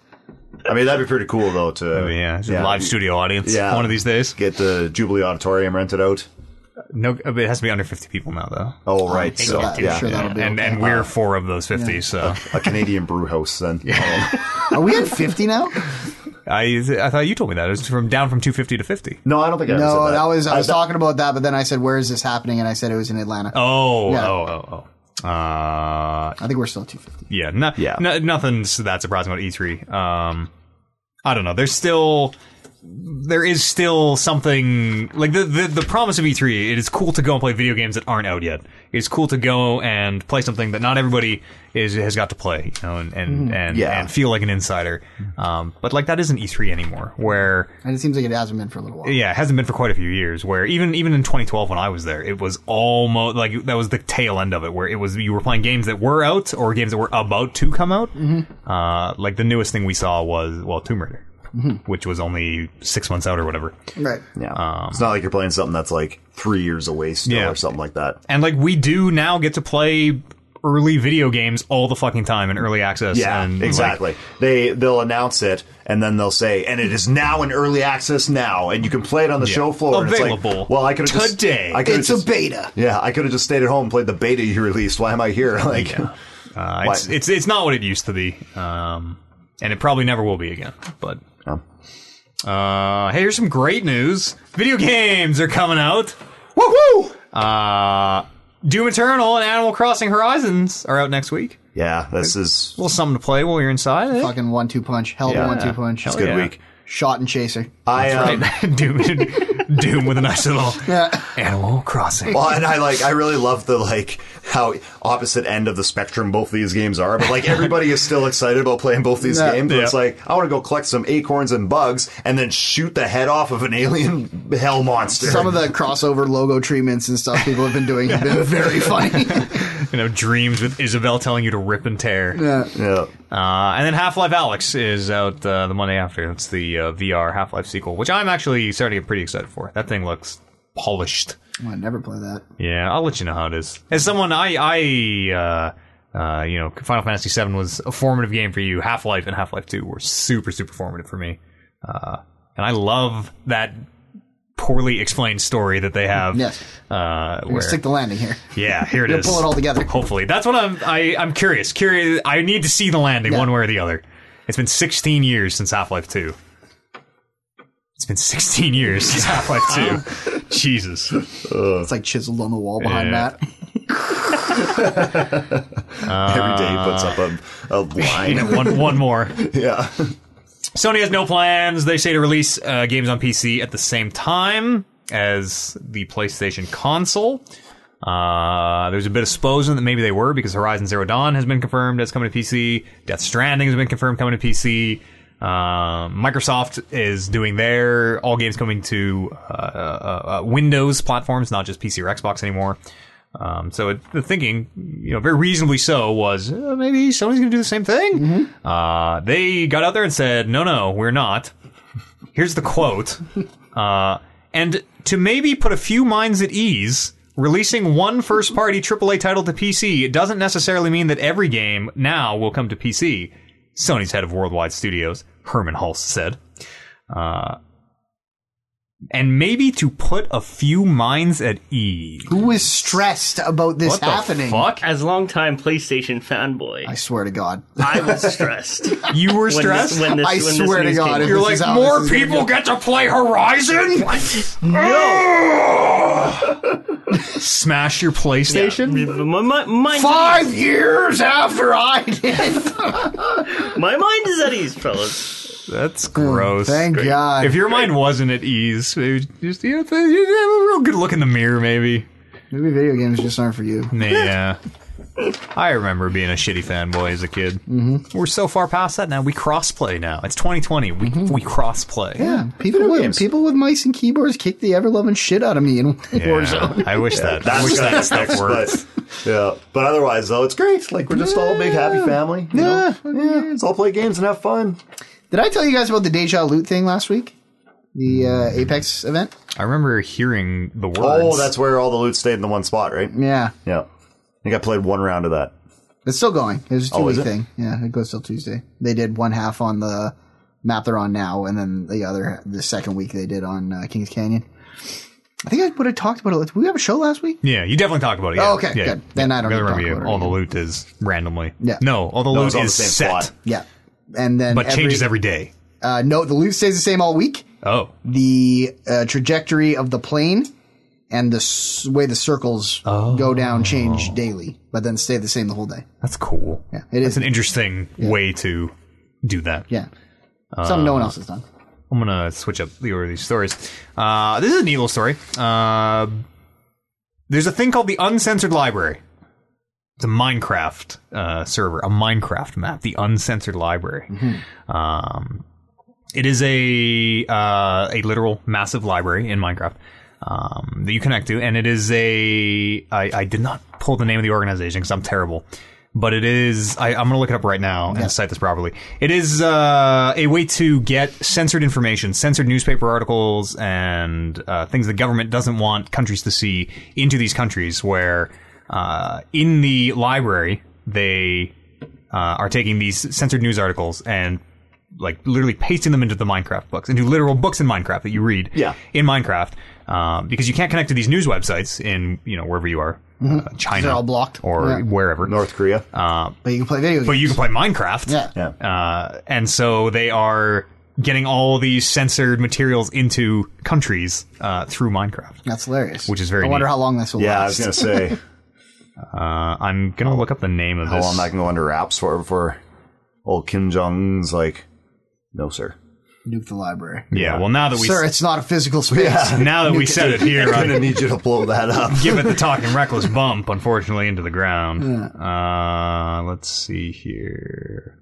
D: I mean, that'd be pretty cool though to
C: Oh, Yeah, it's a live studio audience.
D: Yeah.
C: one of these days.
D: get the Jubilee Auditorium rented out.
C: No, it has to be under fifty people now, though.
D: Oh, right, so
B: Yeah, I'm
D: yeah,
B: sure that'll be
C: and
B: okay.
C: and we're four of those fifty. So
D: a Canadian brew house
C: (laughs)
D: then.
B: Are we at 50
D: (laughs)
B: now?
C: I I thought you told me that it was from down from two fifty to fifty.
D: No, I don't think I ever said
B: No,
D: that.
B: that was I
D: I-
B: was talking about that, but then I said, "Where is this happening?" And I said it was in Atlanta.
C: Oh,
B: Yeah.
C: oh, oh, oh. Uh,
B: I think we're still at 250.
C: yeah, no,
D: Yeah.
C: no- nothing's that surprising about E3. Um, I don't know. There's still there is still something like the, the the promise of E3. It is cool to go and play video games that aren't out yet. It's cool to go and play something that not everybody is has got to play, you know, and and and,
D: Mm-hmm. Yeah.
C: and feel like an insider. Um, but like that isn't E3 anymore, where
B: And it seems like it hasn't been for a little while.
C: yeah, it hasn't been for quite a few years. Where even even in 2012 when I was there, it was almost like that was the tail end of it, where it was you were playing games that were out or games that were about to come out.
D: Mm-hmm.
C: Uh, like the newest thing we saw was well Tomb Raider,
D: Mm-hmm.
C: which was only six months out or whatever.
B: Right.
D: yeah. it's not like you're playing something that's like three years away still
C: Yeah.
D: or something like that.
C: And like we do now get to play early video games all the fucking time in early access.
D: Yeah,
C: and, like,
D: exactly. they they'll announce it and then they'll say, and it is now in early access now, and you can play it on the show floor. and it's like,
C: Available
D: well, I could have
C: today.
D: Just, I could've
B: It's a
D: just,
B: beta.
D: yeah, I could have just stayed at home and played the beta you released. Why am I here? (laughs) Like,
C: uh, it's,
D: Why-
C: it's it's not what it used to be, um, and it probably never will be again. But
D: um,
C: Uh, hey, here's some great news. Video games are coming out.
B: Woo woo!
C: Uh, Doom Eternal and Animal Crossing Horizons are out next week.
D: yeah, this is
C: A little something to play while you're inside. (laughs) eh?
B: Fucking one two punch. Hell of a
D: Yeah.
B: one two punch.
D: it's a good
C: yeah.
D: week.
B: Shot and chaser. (laughs)
D: I um,
C: (laughs) Doom, Doom with a nice
D: (laughs)
C: little
B: Yeah.
C: Animal Crossing.
D: Well, and I like I really love the like how opposite end of the spectrum both these games are, but like everybody is still excited about playing both these
B: Yeah.
D: games. but It's
C: Yeah.
D: like I want to go collect some acorns and bugs and then shoot the head off of an alien (laughs) hell monster.
B: Some of the crossover logo treatments and stuff people have been doing have been very
D: (laughs)
B: funny.
C: You know, dreams with Isabel telling you to rip and tear.
D: yeah.
C: Uh, and then Half Life Alex is out uh, the Monday after. That's the uh, VR Half Life sequel, which I'm actually starting to get pretty excited for. That thing looks polished.
B: I never play that.
C: Yeah, I'll let you know how it is. As someone, I, I, uh, uh, you know, Final Fantasy VII was a formative game for you. Half Life and Half Life Two were super, super formative for me. Uh, and I love that poorly explained story that they have.
B: Yes.
C: Uh,
B: We're
C: where,
B: gonna stick the landing here.
C: yeah, here it is.
B: Pull it all together.
C: Hopefully, that's what I'm. I, I'm curious. Curious. I need to see the landing
B: Yeah.
C: one way or the other. It's been 16 years since Half Life Two. It's been 16 years since Half Life
B: (laughs)
C: Two. Jesus.
B: It's like chiseled on the wall behind
C: Yeah.
B: that.
D: Every day he puts up a,
B: Ah.
D: a
B: (laughs)
D: line.
C: one one more.
D: yeah.
C: Sony has no plans. They say to release uh, games on PC at the same time as the PlayStation console. Uh, there's a bit of sposen that maybe they were because Horizon Zero Dawn has been confirmed as coming to PC. Death Stranding has been confirmed coming to PC. Um, Microsoft is doing their all games coming to uh, uh, uh, Windows platforms, not just PC or Xbox anymore. Um, so it, the thinking, you know, very reasonably so, was uh, maybe Sony's going to do the same thing. Uh, they got out there and said, "No, no, we're not." Here's
B: (laughs)
C: the quote, uh, and to maybe put a few minds at ease. Releasing one first party AAA title to PC it doesn't necessarily mean that every game now will come to PC, Sony's head of worldwide studios, Herman Hulse, said. Uh, and maybe to put a few minds at ease.
B: Who is stressed about this
C: What
B: happening?
C: the fuck?
A: As longtime PlayStation fanboy,
B: I
A: I,
B: swear to God.
A: was
C: (laughs)
A: stressed. when
C: You were
A: this-
C: stressed.
A: when this,
B: I
A: when this
B: swear to
A: news
B: God,
A: came
B: if
A: out.
C: You're
B: this is
C: like
B: how
C: more
B: this is gonna
C: people
B: go."
C: get to play Horizon. Smash your PlayStation.
A: My, my, my,
B: Five years after I did.
A: my mind is at ease, fellas.
C: That's gross.
B: Thank
C: Great.
B: God.
C: If your mind wasn't at ease, it was just you know, th- you have a real good look in the mirror, maybe.
B: Maybe video games just aren't for you. (laughs)
C: Yeah. I remember being a shitty fanboy as a kid. Mm-hmm. We're so far past that now. We crossplay now. It's 2020. We we crossplay.
B: Mm-hmm. Yeah, people with people with mice and keyboards kick the ever loving shit out of me in Warzone.
C: I wish that. I wish
D: That's
C: that
D: that
C: stuff worked.
D: But, yeah, but otherwise though, it's great. Like we're just all a big happy family. You
B: Yeah,
D: know? yeah. Let's all play games and have fun.
B: (laughs) Did I tell you guys about the deja loot thing last week? The uh, Apex event.
C: I remember hearing the words.
D: Oh, that's where all the loot stayed in the one spot, right?
B: Yeah,
D: Yeah. I think I played one round of that.
B: it's still going. It was a two
D: Oh, is
B: week
D: it?
B: thing. Yeah, it goes till Tuesday. They did one half on the map they're on now, and then the other the second week they did on uh, Kings Canyon. I think I would have talked about it. Did we have a show last week?
C: Yeah, you definitely talked about it. Yeah.
B: Oh, okay,
C: yeah.
B: good. Then I don't
C: I
B: need to
C: remember
B: talk
C: you.
B: about it
C: All the
B: again.
C: loot is randomly.
B: Yeah.
C: No, all the
D: No,
C: loot
D: it's all the
C: is
D: same
C: set,
D: plot.
B: Yeah, and then
C: but
B: every,
C: changes every day.
B: Uh, no, the loot stays the same all week.
C: Oh,
B: the uh, trajectory of the plane and the s- way the circles go
C: Oh.
B: down change daily, but then stay the same the whole day.
C: that's cool.
B: Yeah, it
C: It's
B: is.
C: an interesting way to do that.
B: yeah, something no one
C: Uh,
B: else has done.
C: I'm gonna switch up the order of these stories. Uh, this is a neat little story. Uh, there's a thing called the Uncensored Library. It's a Minecraft uh, server, a Minecraft map, the Uncensored Library. Um, it is a uh, a literal massive library in Minecraft um, that you connect to, and it is a. I, I did not pull the name of the organization because I'm terrible, but it is. I, I'm going to look it up right now and cite this properly. It is uh, a way to get censored information, censored newspaper articles, and uh, things the government doesn't want countries to see into these countries where uh, in the library they uh, are taking these censored news articles and like literally pasting them into the Minecraft books, into literal books in Minecraft that you read
D: Yeah.
C: in Minecraft, um, because you can't connect to these news websites in you know wherever you are,
D: Mm-hmm.
C: uh, China,
B: They're all blocked.
C: or
B: Yeah.
C: wherever.
D: North Korea.
B: But you can play video games.
C: But you can play Minecraft.
B: yeah.
D: yeah.
C: Uh, and so they are getting all these censored materials into countries uh, through Minecraft.
B: that's hilarious.
C: Which is very
B: I wonder
C: neat.
B: how long this will
D: yeah, I was
B: last.
D: gonna
B: (laughs)
D: say
C: Uh, I'm gonna look up the name of
D: how
C: this.
D: long that can go under wraps for before old Kim Jong Un's like, no sir.
B: Nuke the library,
C: yeah. Well, now that we
B: sir. It's not a
C: (laughs)
B: physical space.
C: now
D: (laughs)
C: that we said it here uh,
D: I'm
C: on
D: gonna need you to blow
B: (laughs)
D: that up.
C: give it the talking reckless bump, unfortunately, into the ground. Uh, let's see here.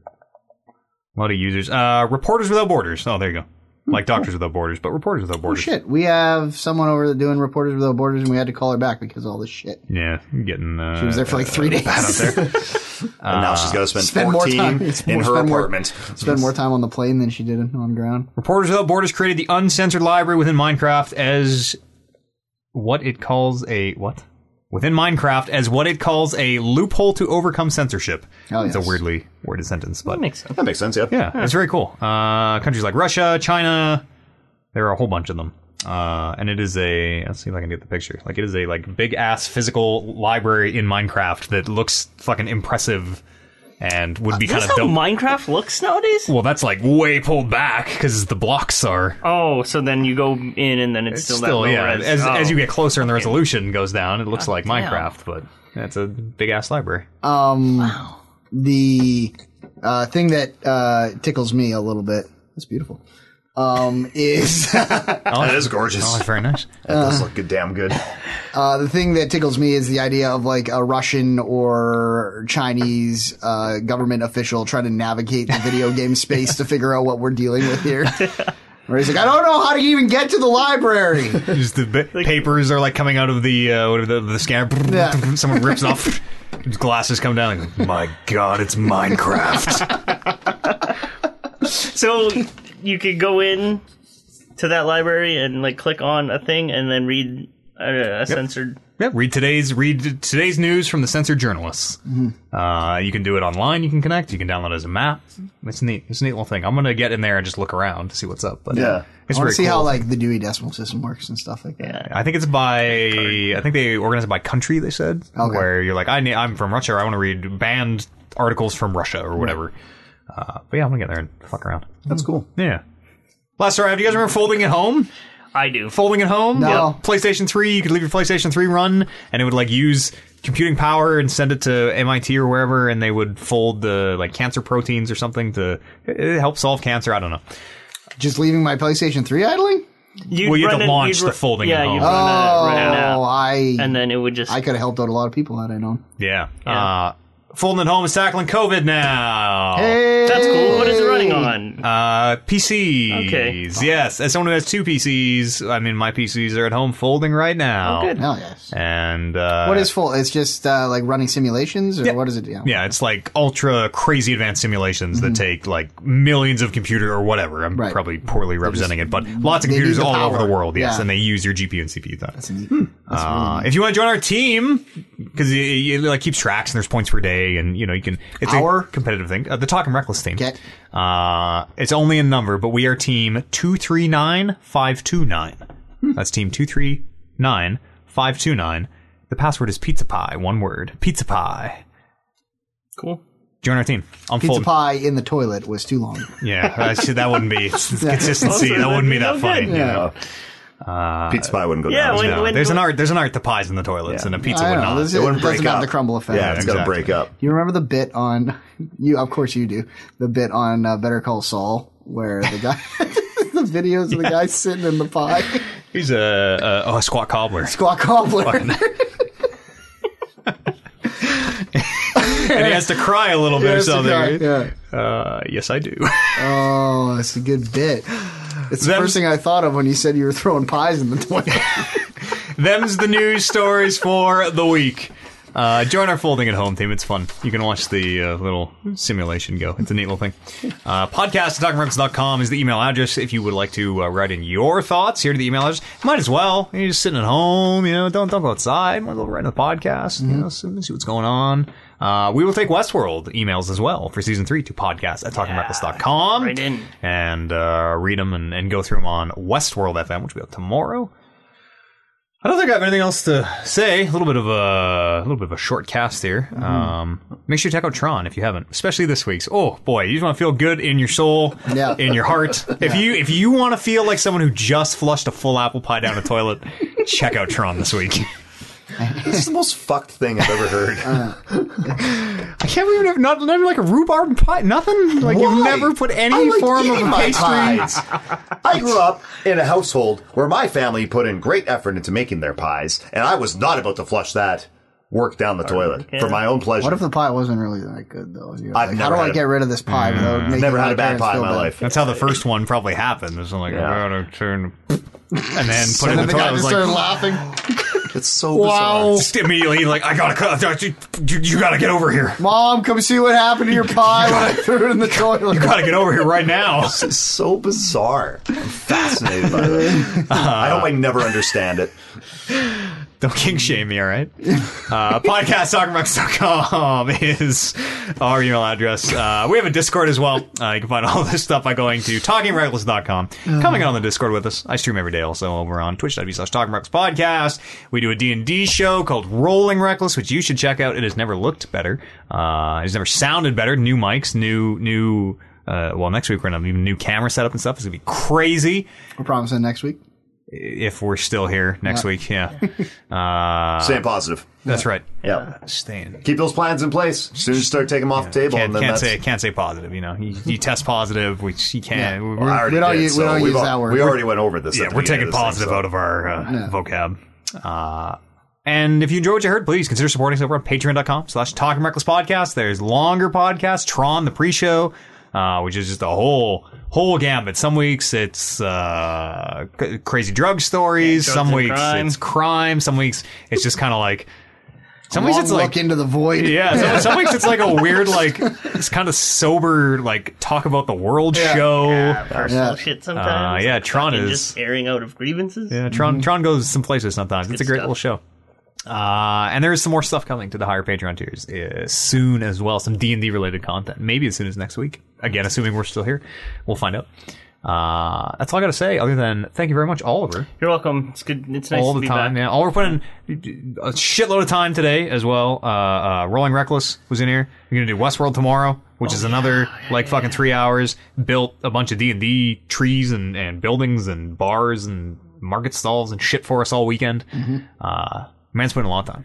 C: A lot of users. Uh, Reporters Without Borders. Oh, there you go. Like Doctors Without Borders, but Reporters Without Borders.
B: Oh, Shit, we have someone over there doing Reporters Without Borders, and we had to call her back because of all this shit.
C: Yeah, getting. Uh,
B: She was there for like three days. (laughs)
D: and now she's gotta spend,
B: spend more
D: 14
B: time- it's
D: in
B: more-
D: her
B: spend more-
D: apartment.
B: Spend more time on the plane than she did on ground.
C: Reporters Without Borders created the uncensored library within Minecraft as what it calls a what? Within Minecraft as what it calls a loophole to overcome censorship.
B: Oh,
C: It's a
B: yes.
C: weirdly worded sentence, but
A: That makes sense.
D: That makes sense, yeah.
C: Yeah, it's very cool. Uh, countries like Russia, China, there are a whole bunch of them. Uh, and it is a let's see if I can get the picture. Like it is a like big ass physical library in Minecraft that looks fucking impressive and would be
A: Is
C: kind
A: this
C: of
A: how
C: dope.
A: Minecraft looks nowadays?
C: well, that's like way pulled back because the blocks are
A: Oh, so then you go in and then it's, still, that low
C: yeah.
A: res.
C: As
A: oh.
C: as you get closer and the resolution goes down, it looks like
A: damn.
C: Minecraft, but that's a big ass library.
B: Um, The uh, thing that uh, tickles me a little bit. That's beautiful. Um, (laughs) is
D: That is gorgeous.
C: Oh, that's very (laughs) nice.
D: that
B: Uh-huh.
D: does look good, damn
B: (laughs)
D: good.
B: uh, the thing that tickles me is the idea of like a Russian or Chinese uh, government official trying to navigate the
A: (laughs)
B: video game space to figure out what we're dealing with here. Where he's like, I don't know how to even get to
A: (laughs)
B: the library.
C: Just the ba- papers are like coming out of the uh, what are the the scanner.
B: Yeah.
C: (laughs) Someone rips it
B: (laughs)
C: off. Glasses come down. Like, My God,
B: (laughs)
C: it's Minecraft.
A: so you could go in to that library and like click on a thing and then read uh, censored.
C: Yep. Read today's read today's news from the censored journalists.
B: Mm-hmm.
C: Uh, you can do it online. You can connect. You can download it as a map. It's neat. It's a neat little thing. I'm gonna get in there and just look around to see what's up. But
D: Yeah.
C: it's
B: I want
C: very
B: to see
C: cool.
B: how like the Dewey Decimal System works and stuff like that.
C: I think it's by. I think they organize it by country. They said
B: Okay.
C: where you're like, I need, I'm from Russia. I want to read banned articles from Russia or whatever. Uh, but yeah, I'm gonna get there and fuck around.
B: That's cool.
C: Yeah. Last round, do you guys remember folding at home?
A: I do.
C: Folding at home?
B: No.
C: PlayStation 3, you could leave your PlayStation 3 run and it would like use computing power and send it to MIT or wherever and they would fold the like cancer proteins or something to it help solve cancer. I don't know.
B: Just leaving my PlayStation 3 idling?
A: You'd
C: Well, you had
A: run
C: to
A: an-
C: launch
A: you'd
C: the
A: ru-
C: folding
A: Yeah,
C: at
A: you'd
C: home.
A: run, a, run an
B: Oh,
A: app,
B: I
A: and then it would just.
B: I could have helped out a lot of people had I known.
C: Yeah.
A: Yeah.
C: Uh, folding at home is tackling COVID now.
A: that's cool. What is it running
B: Hey!
A: on?
C: Uh, PCs.
A: Okay.
C: Yes. As someone who has two PCs, I mean, my PCs are at home folding right now.
A: Oh, good.
B: Oh, yes.
C: And uh,
B: What is full? It's just uh, like running simulations, or what is it?
C: Yeah, it's like ultra crazy advanced simulations that take like millions of computer or whatever. I'm
B: Mhm. Right.
C: probably poorly representing it, but lots of
B: they need
C: computers
B: the
C: all over the
B: power.
C: world. Yes,
B: Yeah.
C: and they use your GPU and CPU. Then.
B: Hmm.
C: Uh, if you want to join our team, because it, it, like keeps tracks and there's points per day, and you know you can. It's
B: Our?
C: a competitive thing. Uh, the Talking Reckless team.
B: Okay.
C: Uh, it's only a number, but we are team two three nine five two nine. That's team two three nine five two nine. The password is pizza pie. One word. Pizza pie.
A: Cool.
C: Join our team. I'm
B: Pizza
C: folding.
B: pie in the toilet was too long.
C: Yeah, I see, that
B: (laughs)
C: wouldn't be consistency. that wouldn't be that
A: Okay.
C: funny. you
B: Yeah.
C: know?
D: Pizza pie wouldn't go
A: Uh, yeah,
D: down.
A: when-
C: No,
A: when-
C: there's an art. There's an art to pies in the toilets,
D: Yeah.
C: and a pizza
B: I
C: would
B: don't
C: not.
B: know. This,
D: it
B: it
D: wouldn't break
B: doesn't
D: up.
B: have the crumble effect.
D: yeah, it's gonna
C: exactly.
D: break up.
B: You remember the bit on (laughs) you? Of course you do. The bit on uh, Better Call Saul where the guy, (laughs) the videos of the guy sitting in the pie, (laughs)
C: He's a, uh, a, a squat cobbler,
B: squawk cobbler. (laughs)
C: and he has to cry a little bit or
B: That's the
C: something.
B: guy,
C: right?
B: yeah.
C: Uh, yes, I do. (laughs)
B: Oh, that's a good bit. It's the
C: Them-
B: first thing I thought of when you said you were throwing pies in the (laughs) toilet.
C: Them's the news stories for the week. Uh, join our folding at home team. It's fun. You can watch the uh, little simulation go. It's a neat little thing. Uh, podcast is the email address if you would like to uh, write in your thoughts here to the email address. Might as well. You're just sitting at home. You know, don't don't go outside. Might as well write in the podcast. You know, see see what's going on. Uh, we will take Westworld emails as well for season three to podcast at talkingreckless.com
A: right in.
C: and uh, read them and, and go through them on Westworld FM, which will be up tomorrow. I don't think I have anything else to say. A little bit of a, a little bit of a short cast here. Um, make sure you check out Tron if you haven't, especially this week's. Oh boy, you just want to feel good in your soul,
B: Yeah.
C: in your (laughs) heart. If you if you want to feel like someone who just flushed a full apple pie down a toilet, (laughs) check out Tron this week.
D: This is the most fucked thing I've
B: (laughs)
D: ever heard.
C: (laughs)
B: Uh-huh.
C: I can't believe you've not, not even like a rhubarb pie, nothing. Like
D: Why?
C: you've never put
D: I
C: any
D: like
C: form of
D: eating my
C: pastry.
D: pies. I grew up in a household where my family put in great effort into making their pies, and I was not about to flush that work down the
A: Uh,
D: toilet for my own pleasure.
B: What if the pie wasn't really that good though? You're
D: I've
B: like,
D: never
B: how do
D: had
B: I
D: a- Mm,
B: get rid of this pie without making
D: Never had
B: my
D: a bad
B: parents
D: pie in
B: feel
D: my
B: bad?
D: life.
C: That's how the first one probably happened. It's like
D: Yeah.
C: I gotta turn, (laughs) and then put it
B: And
C: in
B: then
C: the
B: the guy just
C: toilet. It's like,
B: started laughing.
D: It's so bizarre.
C: Just immediately, like, I gotta cut. You, you- you gotta get over here.
B: Mom, come see what happened to
D: (laughs)
B: your pie when I threw it in the toilet.
C: Gotta get over here right now.
D: It's so bizarre. I'm fascinated by
B: (laughs)
D: this. I hope I never understand it.
C: Don't king shame me, all right? Uh, podcast.com is our email address. Uh, we have a Discord as well. Uh, you can find all this stuff by going to talkingreckless.com. Coming on the Discord with us. I stream every day also over on twitch.tv slash Talking Reckless podcast. We do a D&D show called Rolling Reckless, which you should check out. It has never looked better. Uh, it has never sounded better. New mics, new, new, uh, well, next week we're going to have even new camera setup and stuff. It's going to be crazy
B: We're promising next week.
C: if we're still here next week. Yeah.
A: Uh,
D: Staying positive.
C: That's right.
D: Yeah.
C: Staying.
D: Keep those plans in place. As soon as you start taking them off the table,
C: Can't,
D: and then
C: can't
D: that's.
C: say can't say positive. You know, you, you test positive, which you can't. We're,
D: I already
B: We don't
D: did,
B: use- we
D: so
B: don't
D: we've
B: use
D: al-
B: that word.
D: We already went over this.
C: yeah,
D: at the
C: we're
D: beginning
C: taking
D: of this
C: positive
D: thing, so-
C: out of our uh, vocab. Uh, and if you enjoyed what you heard, please consider supporting us over on patreon.com slash talking reckless podcast. There's longer podcasts, Tron, the pre-show, uh, which is just a whole whole gambit. Some weeks it's uh, c- crazy drug stories.
A: drugs
C: some
A: and
C: weeks
A: crime.
C: it's crime. Some weeks it's just kind of like Some weeks
B: Long
C: it's like
B: look into the void.
C: yeah. Some, some weeks it's like a
A: (laughs)
C: weird like it's kind of sober like talk about the world show.
A: Yeah, personal
B: Yeah.
A: shit
C: Uh,
A: sometimes.
C: yeah, Tron
A: Fucking
C: is-
A: just airing out of grievances.
C: Yeah, Tron Tron goes some places sometimes. It's,
A: Mm-hmm. good
C: a great
A: stuff.
C: little show. Uh, and there is some more stuff coming to the higher Patreon tiers uh, soon as well. Some D and D related content, maybe as soon as next week. Again, assuming we're still here, we'll find out. Uh, that's all I got to say. Other than thank you very much, Oliver,
A: You're welcome. It's good. It's nice
C: all
A: to
C: the
A: be
C: time.
A: back.
C: Yeah, Oliver put in a shitload of time today as well. Uh, uh, Rolling Reckless was in here. We're gonna do Westworld tomorrow, which
A: Oh,
C: is another like fucking three hours. Built a bunch of D and D trees and and buildings and bars and market stalls and shit for us all weekend.
A: Mm-hmm.
C: Uh, man's putting a lot of time.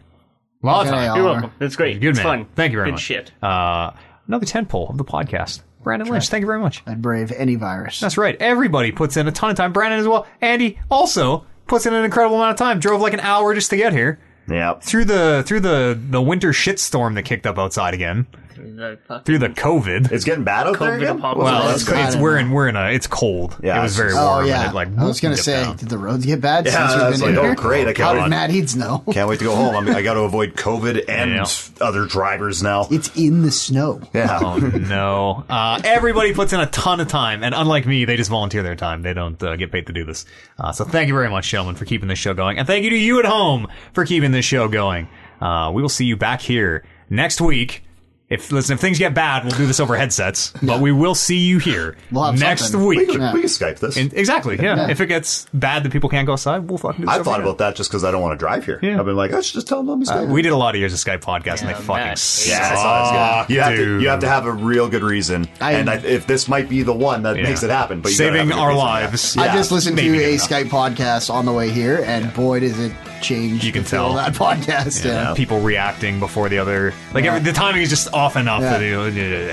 C: A lot of
B: Okay,
C: time.
B: Oliver.
A: You're welcome. That's great.
C: Good
A: it's
C: man.
A: fun.
C: Thank you very
A: good
C: much.
A: Good shit.
C: Uh, another ten pole of the podcast. Brandon Lynch, thank you very much.
B: I'd brave any
D: (laughs)
B: virus.
C: That's right. Everybody puts in a ton of time. Brandon as well. Andy also puts in an incredible amount of time. Drove like an hour just to get here
D: Yep.
C: through the through the the winter shitstorm that kicked up outside again
A: The fuck-
C: through the COVID.
D: It's getting bad out there.
A: COVID
D: again?
A: apocalypse.
D: Well,
C: Well,
B: that's
C: it's,
B: bad
C: it's we're in we're in a it's cold.
D: Yeah,
C: it was
D: it's
C: very
D: just-
C: warm.
B: oh yeah.
C: and it, like
B: I was gonna
C: dipped
B: say,
C: down.
B: did the roads get bad
D: Yeah,
B: since
D: I
B: we've
D: was
B: been in
D: like, oh,
B: here?
D: great, I
B: How
D: can't-
B: did Matt Heeds know?
D: Can't wait to go home. I, mean, I got to avoid COVID and
C: Yeah.
D: other drivers
B: (laughs)
D: now.
B: It's in the snow.
D: (laughs) Yeah.
C: Oh no! Uh, everybody puts in a ton of time, and unlike me, they just volunteer their time. They don't uh, get paid to do this. Uh, so thank you very much, gentlemen, for keeping this show going, and thank you to you at home for keeping this show going. Uh, we will see you back here next week. If listen, if things get bad, we'll do this over headsets, but we will see you here
B: We'll have
C: next
B: something.
D: We
C: week.
D: can, we can Skype this.
C: And- exactly. Yeah. If it gets bad that people can't go outside, we'll fucking. Do this
D: I
C: over
D: thought
C: here.
D: about that just because I don't want to drive here.
C: Yeah. Uh,
D: I've been like, I should just tell them I'm Skype.
C: We did a lot of years of Skype podcasts, and
A: Yeah,
C: they fucking
A: Matt.
C: suck.
D: yeah, I saw this guy. You have, to,
C: dude.
D: you have to have a real good reason,
B: I-
D: and I, if this might be the one that
C: Yeah.
D: makes it happen, but you gotta have
C: saving
D: a good
C: our
D: reason.
C: lives.
D: Yeah.
B: I just listened to
C: maybe good
B: a
C: enough.
B: Skype podcast on the way here, and boy, does it change
C: You
B: the
C: can
B: feel of
C: tell.
B: that (laughs) podcast. Yeah.
C: people reacting before the other like every, the timing is just off and off
B: Yeah.
C: that you-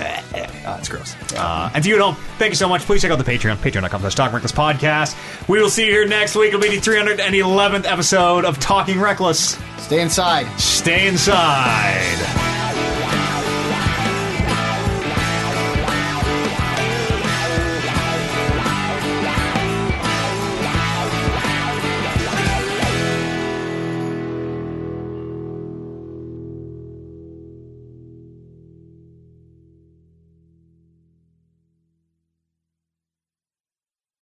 C: uh, it's gross uh, and to you at home thank you so much please check out the patreon patreon.com slash talking reckless podcast we will see you here next week it'll be the 311th episode of talking reckless
B: Stay inside.
C: stay inside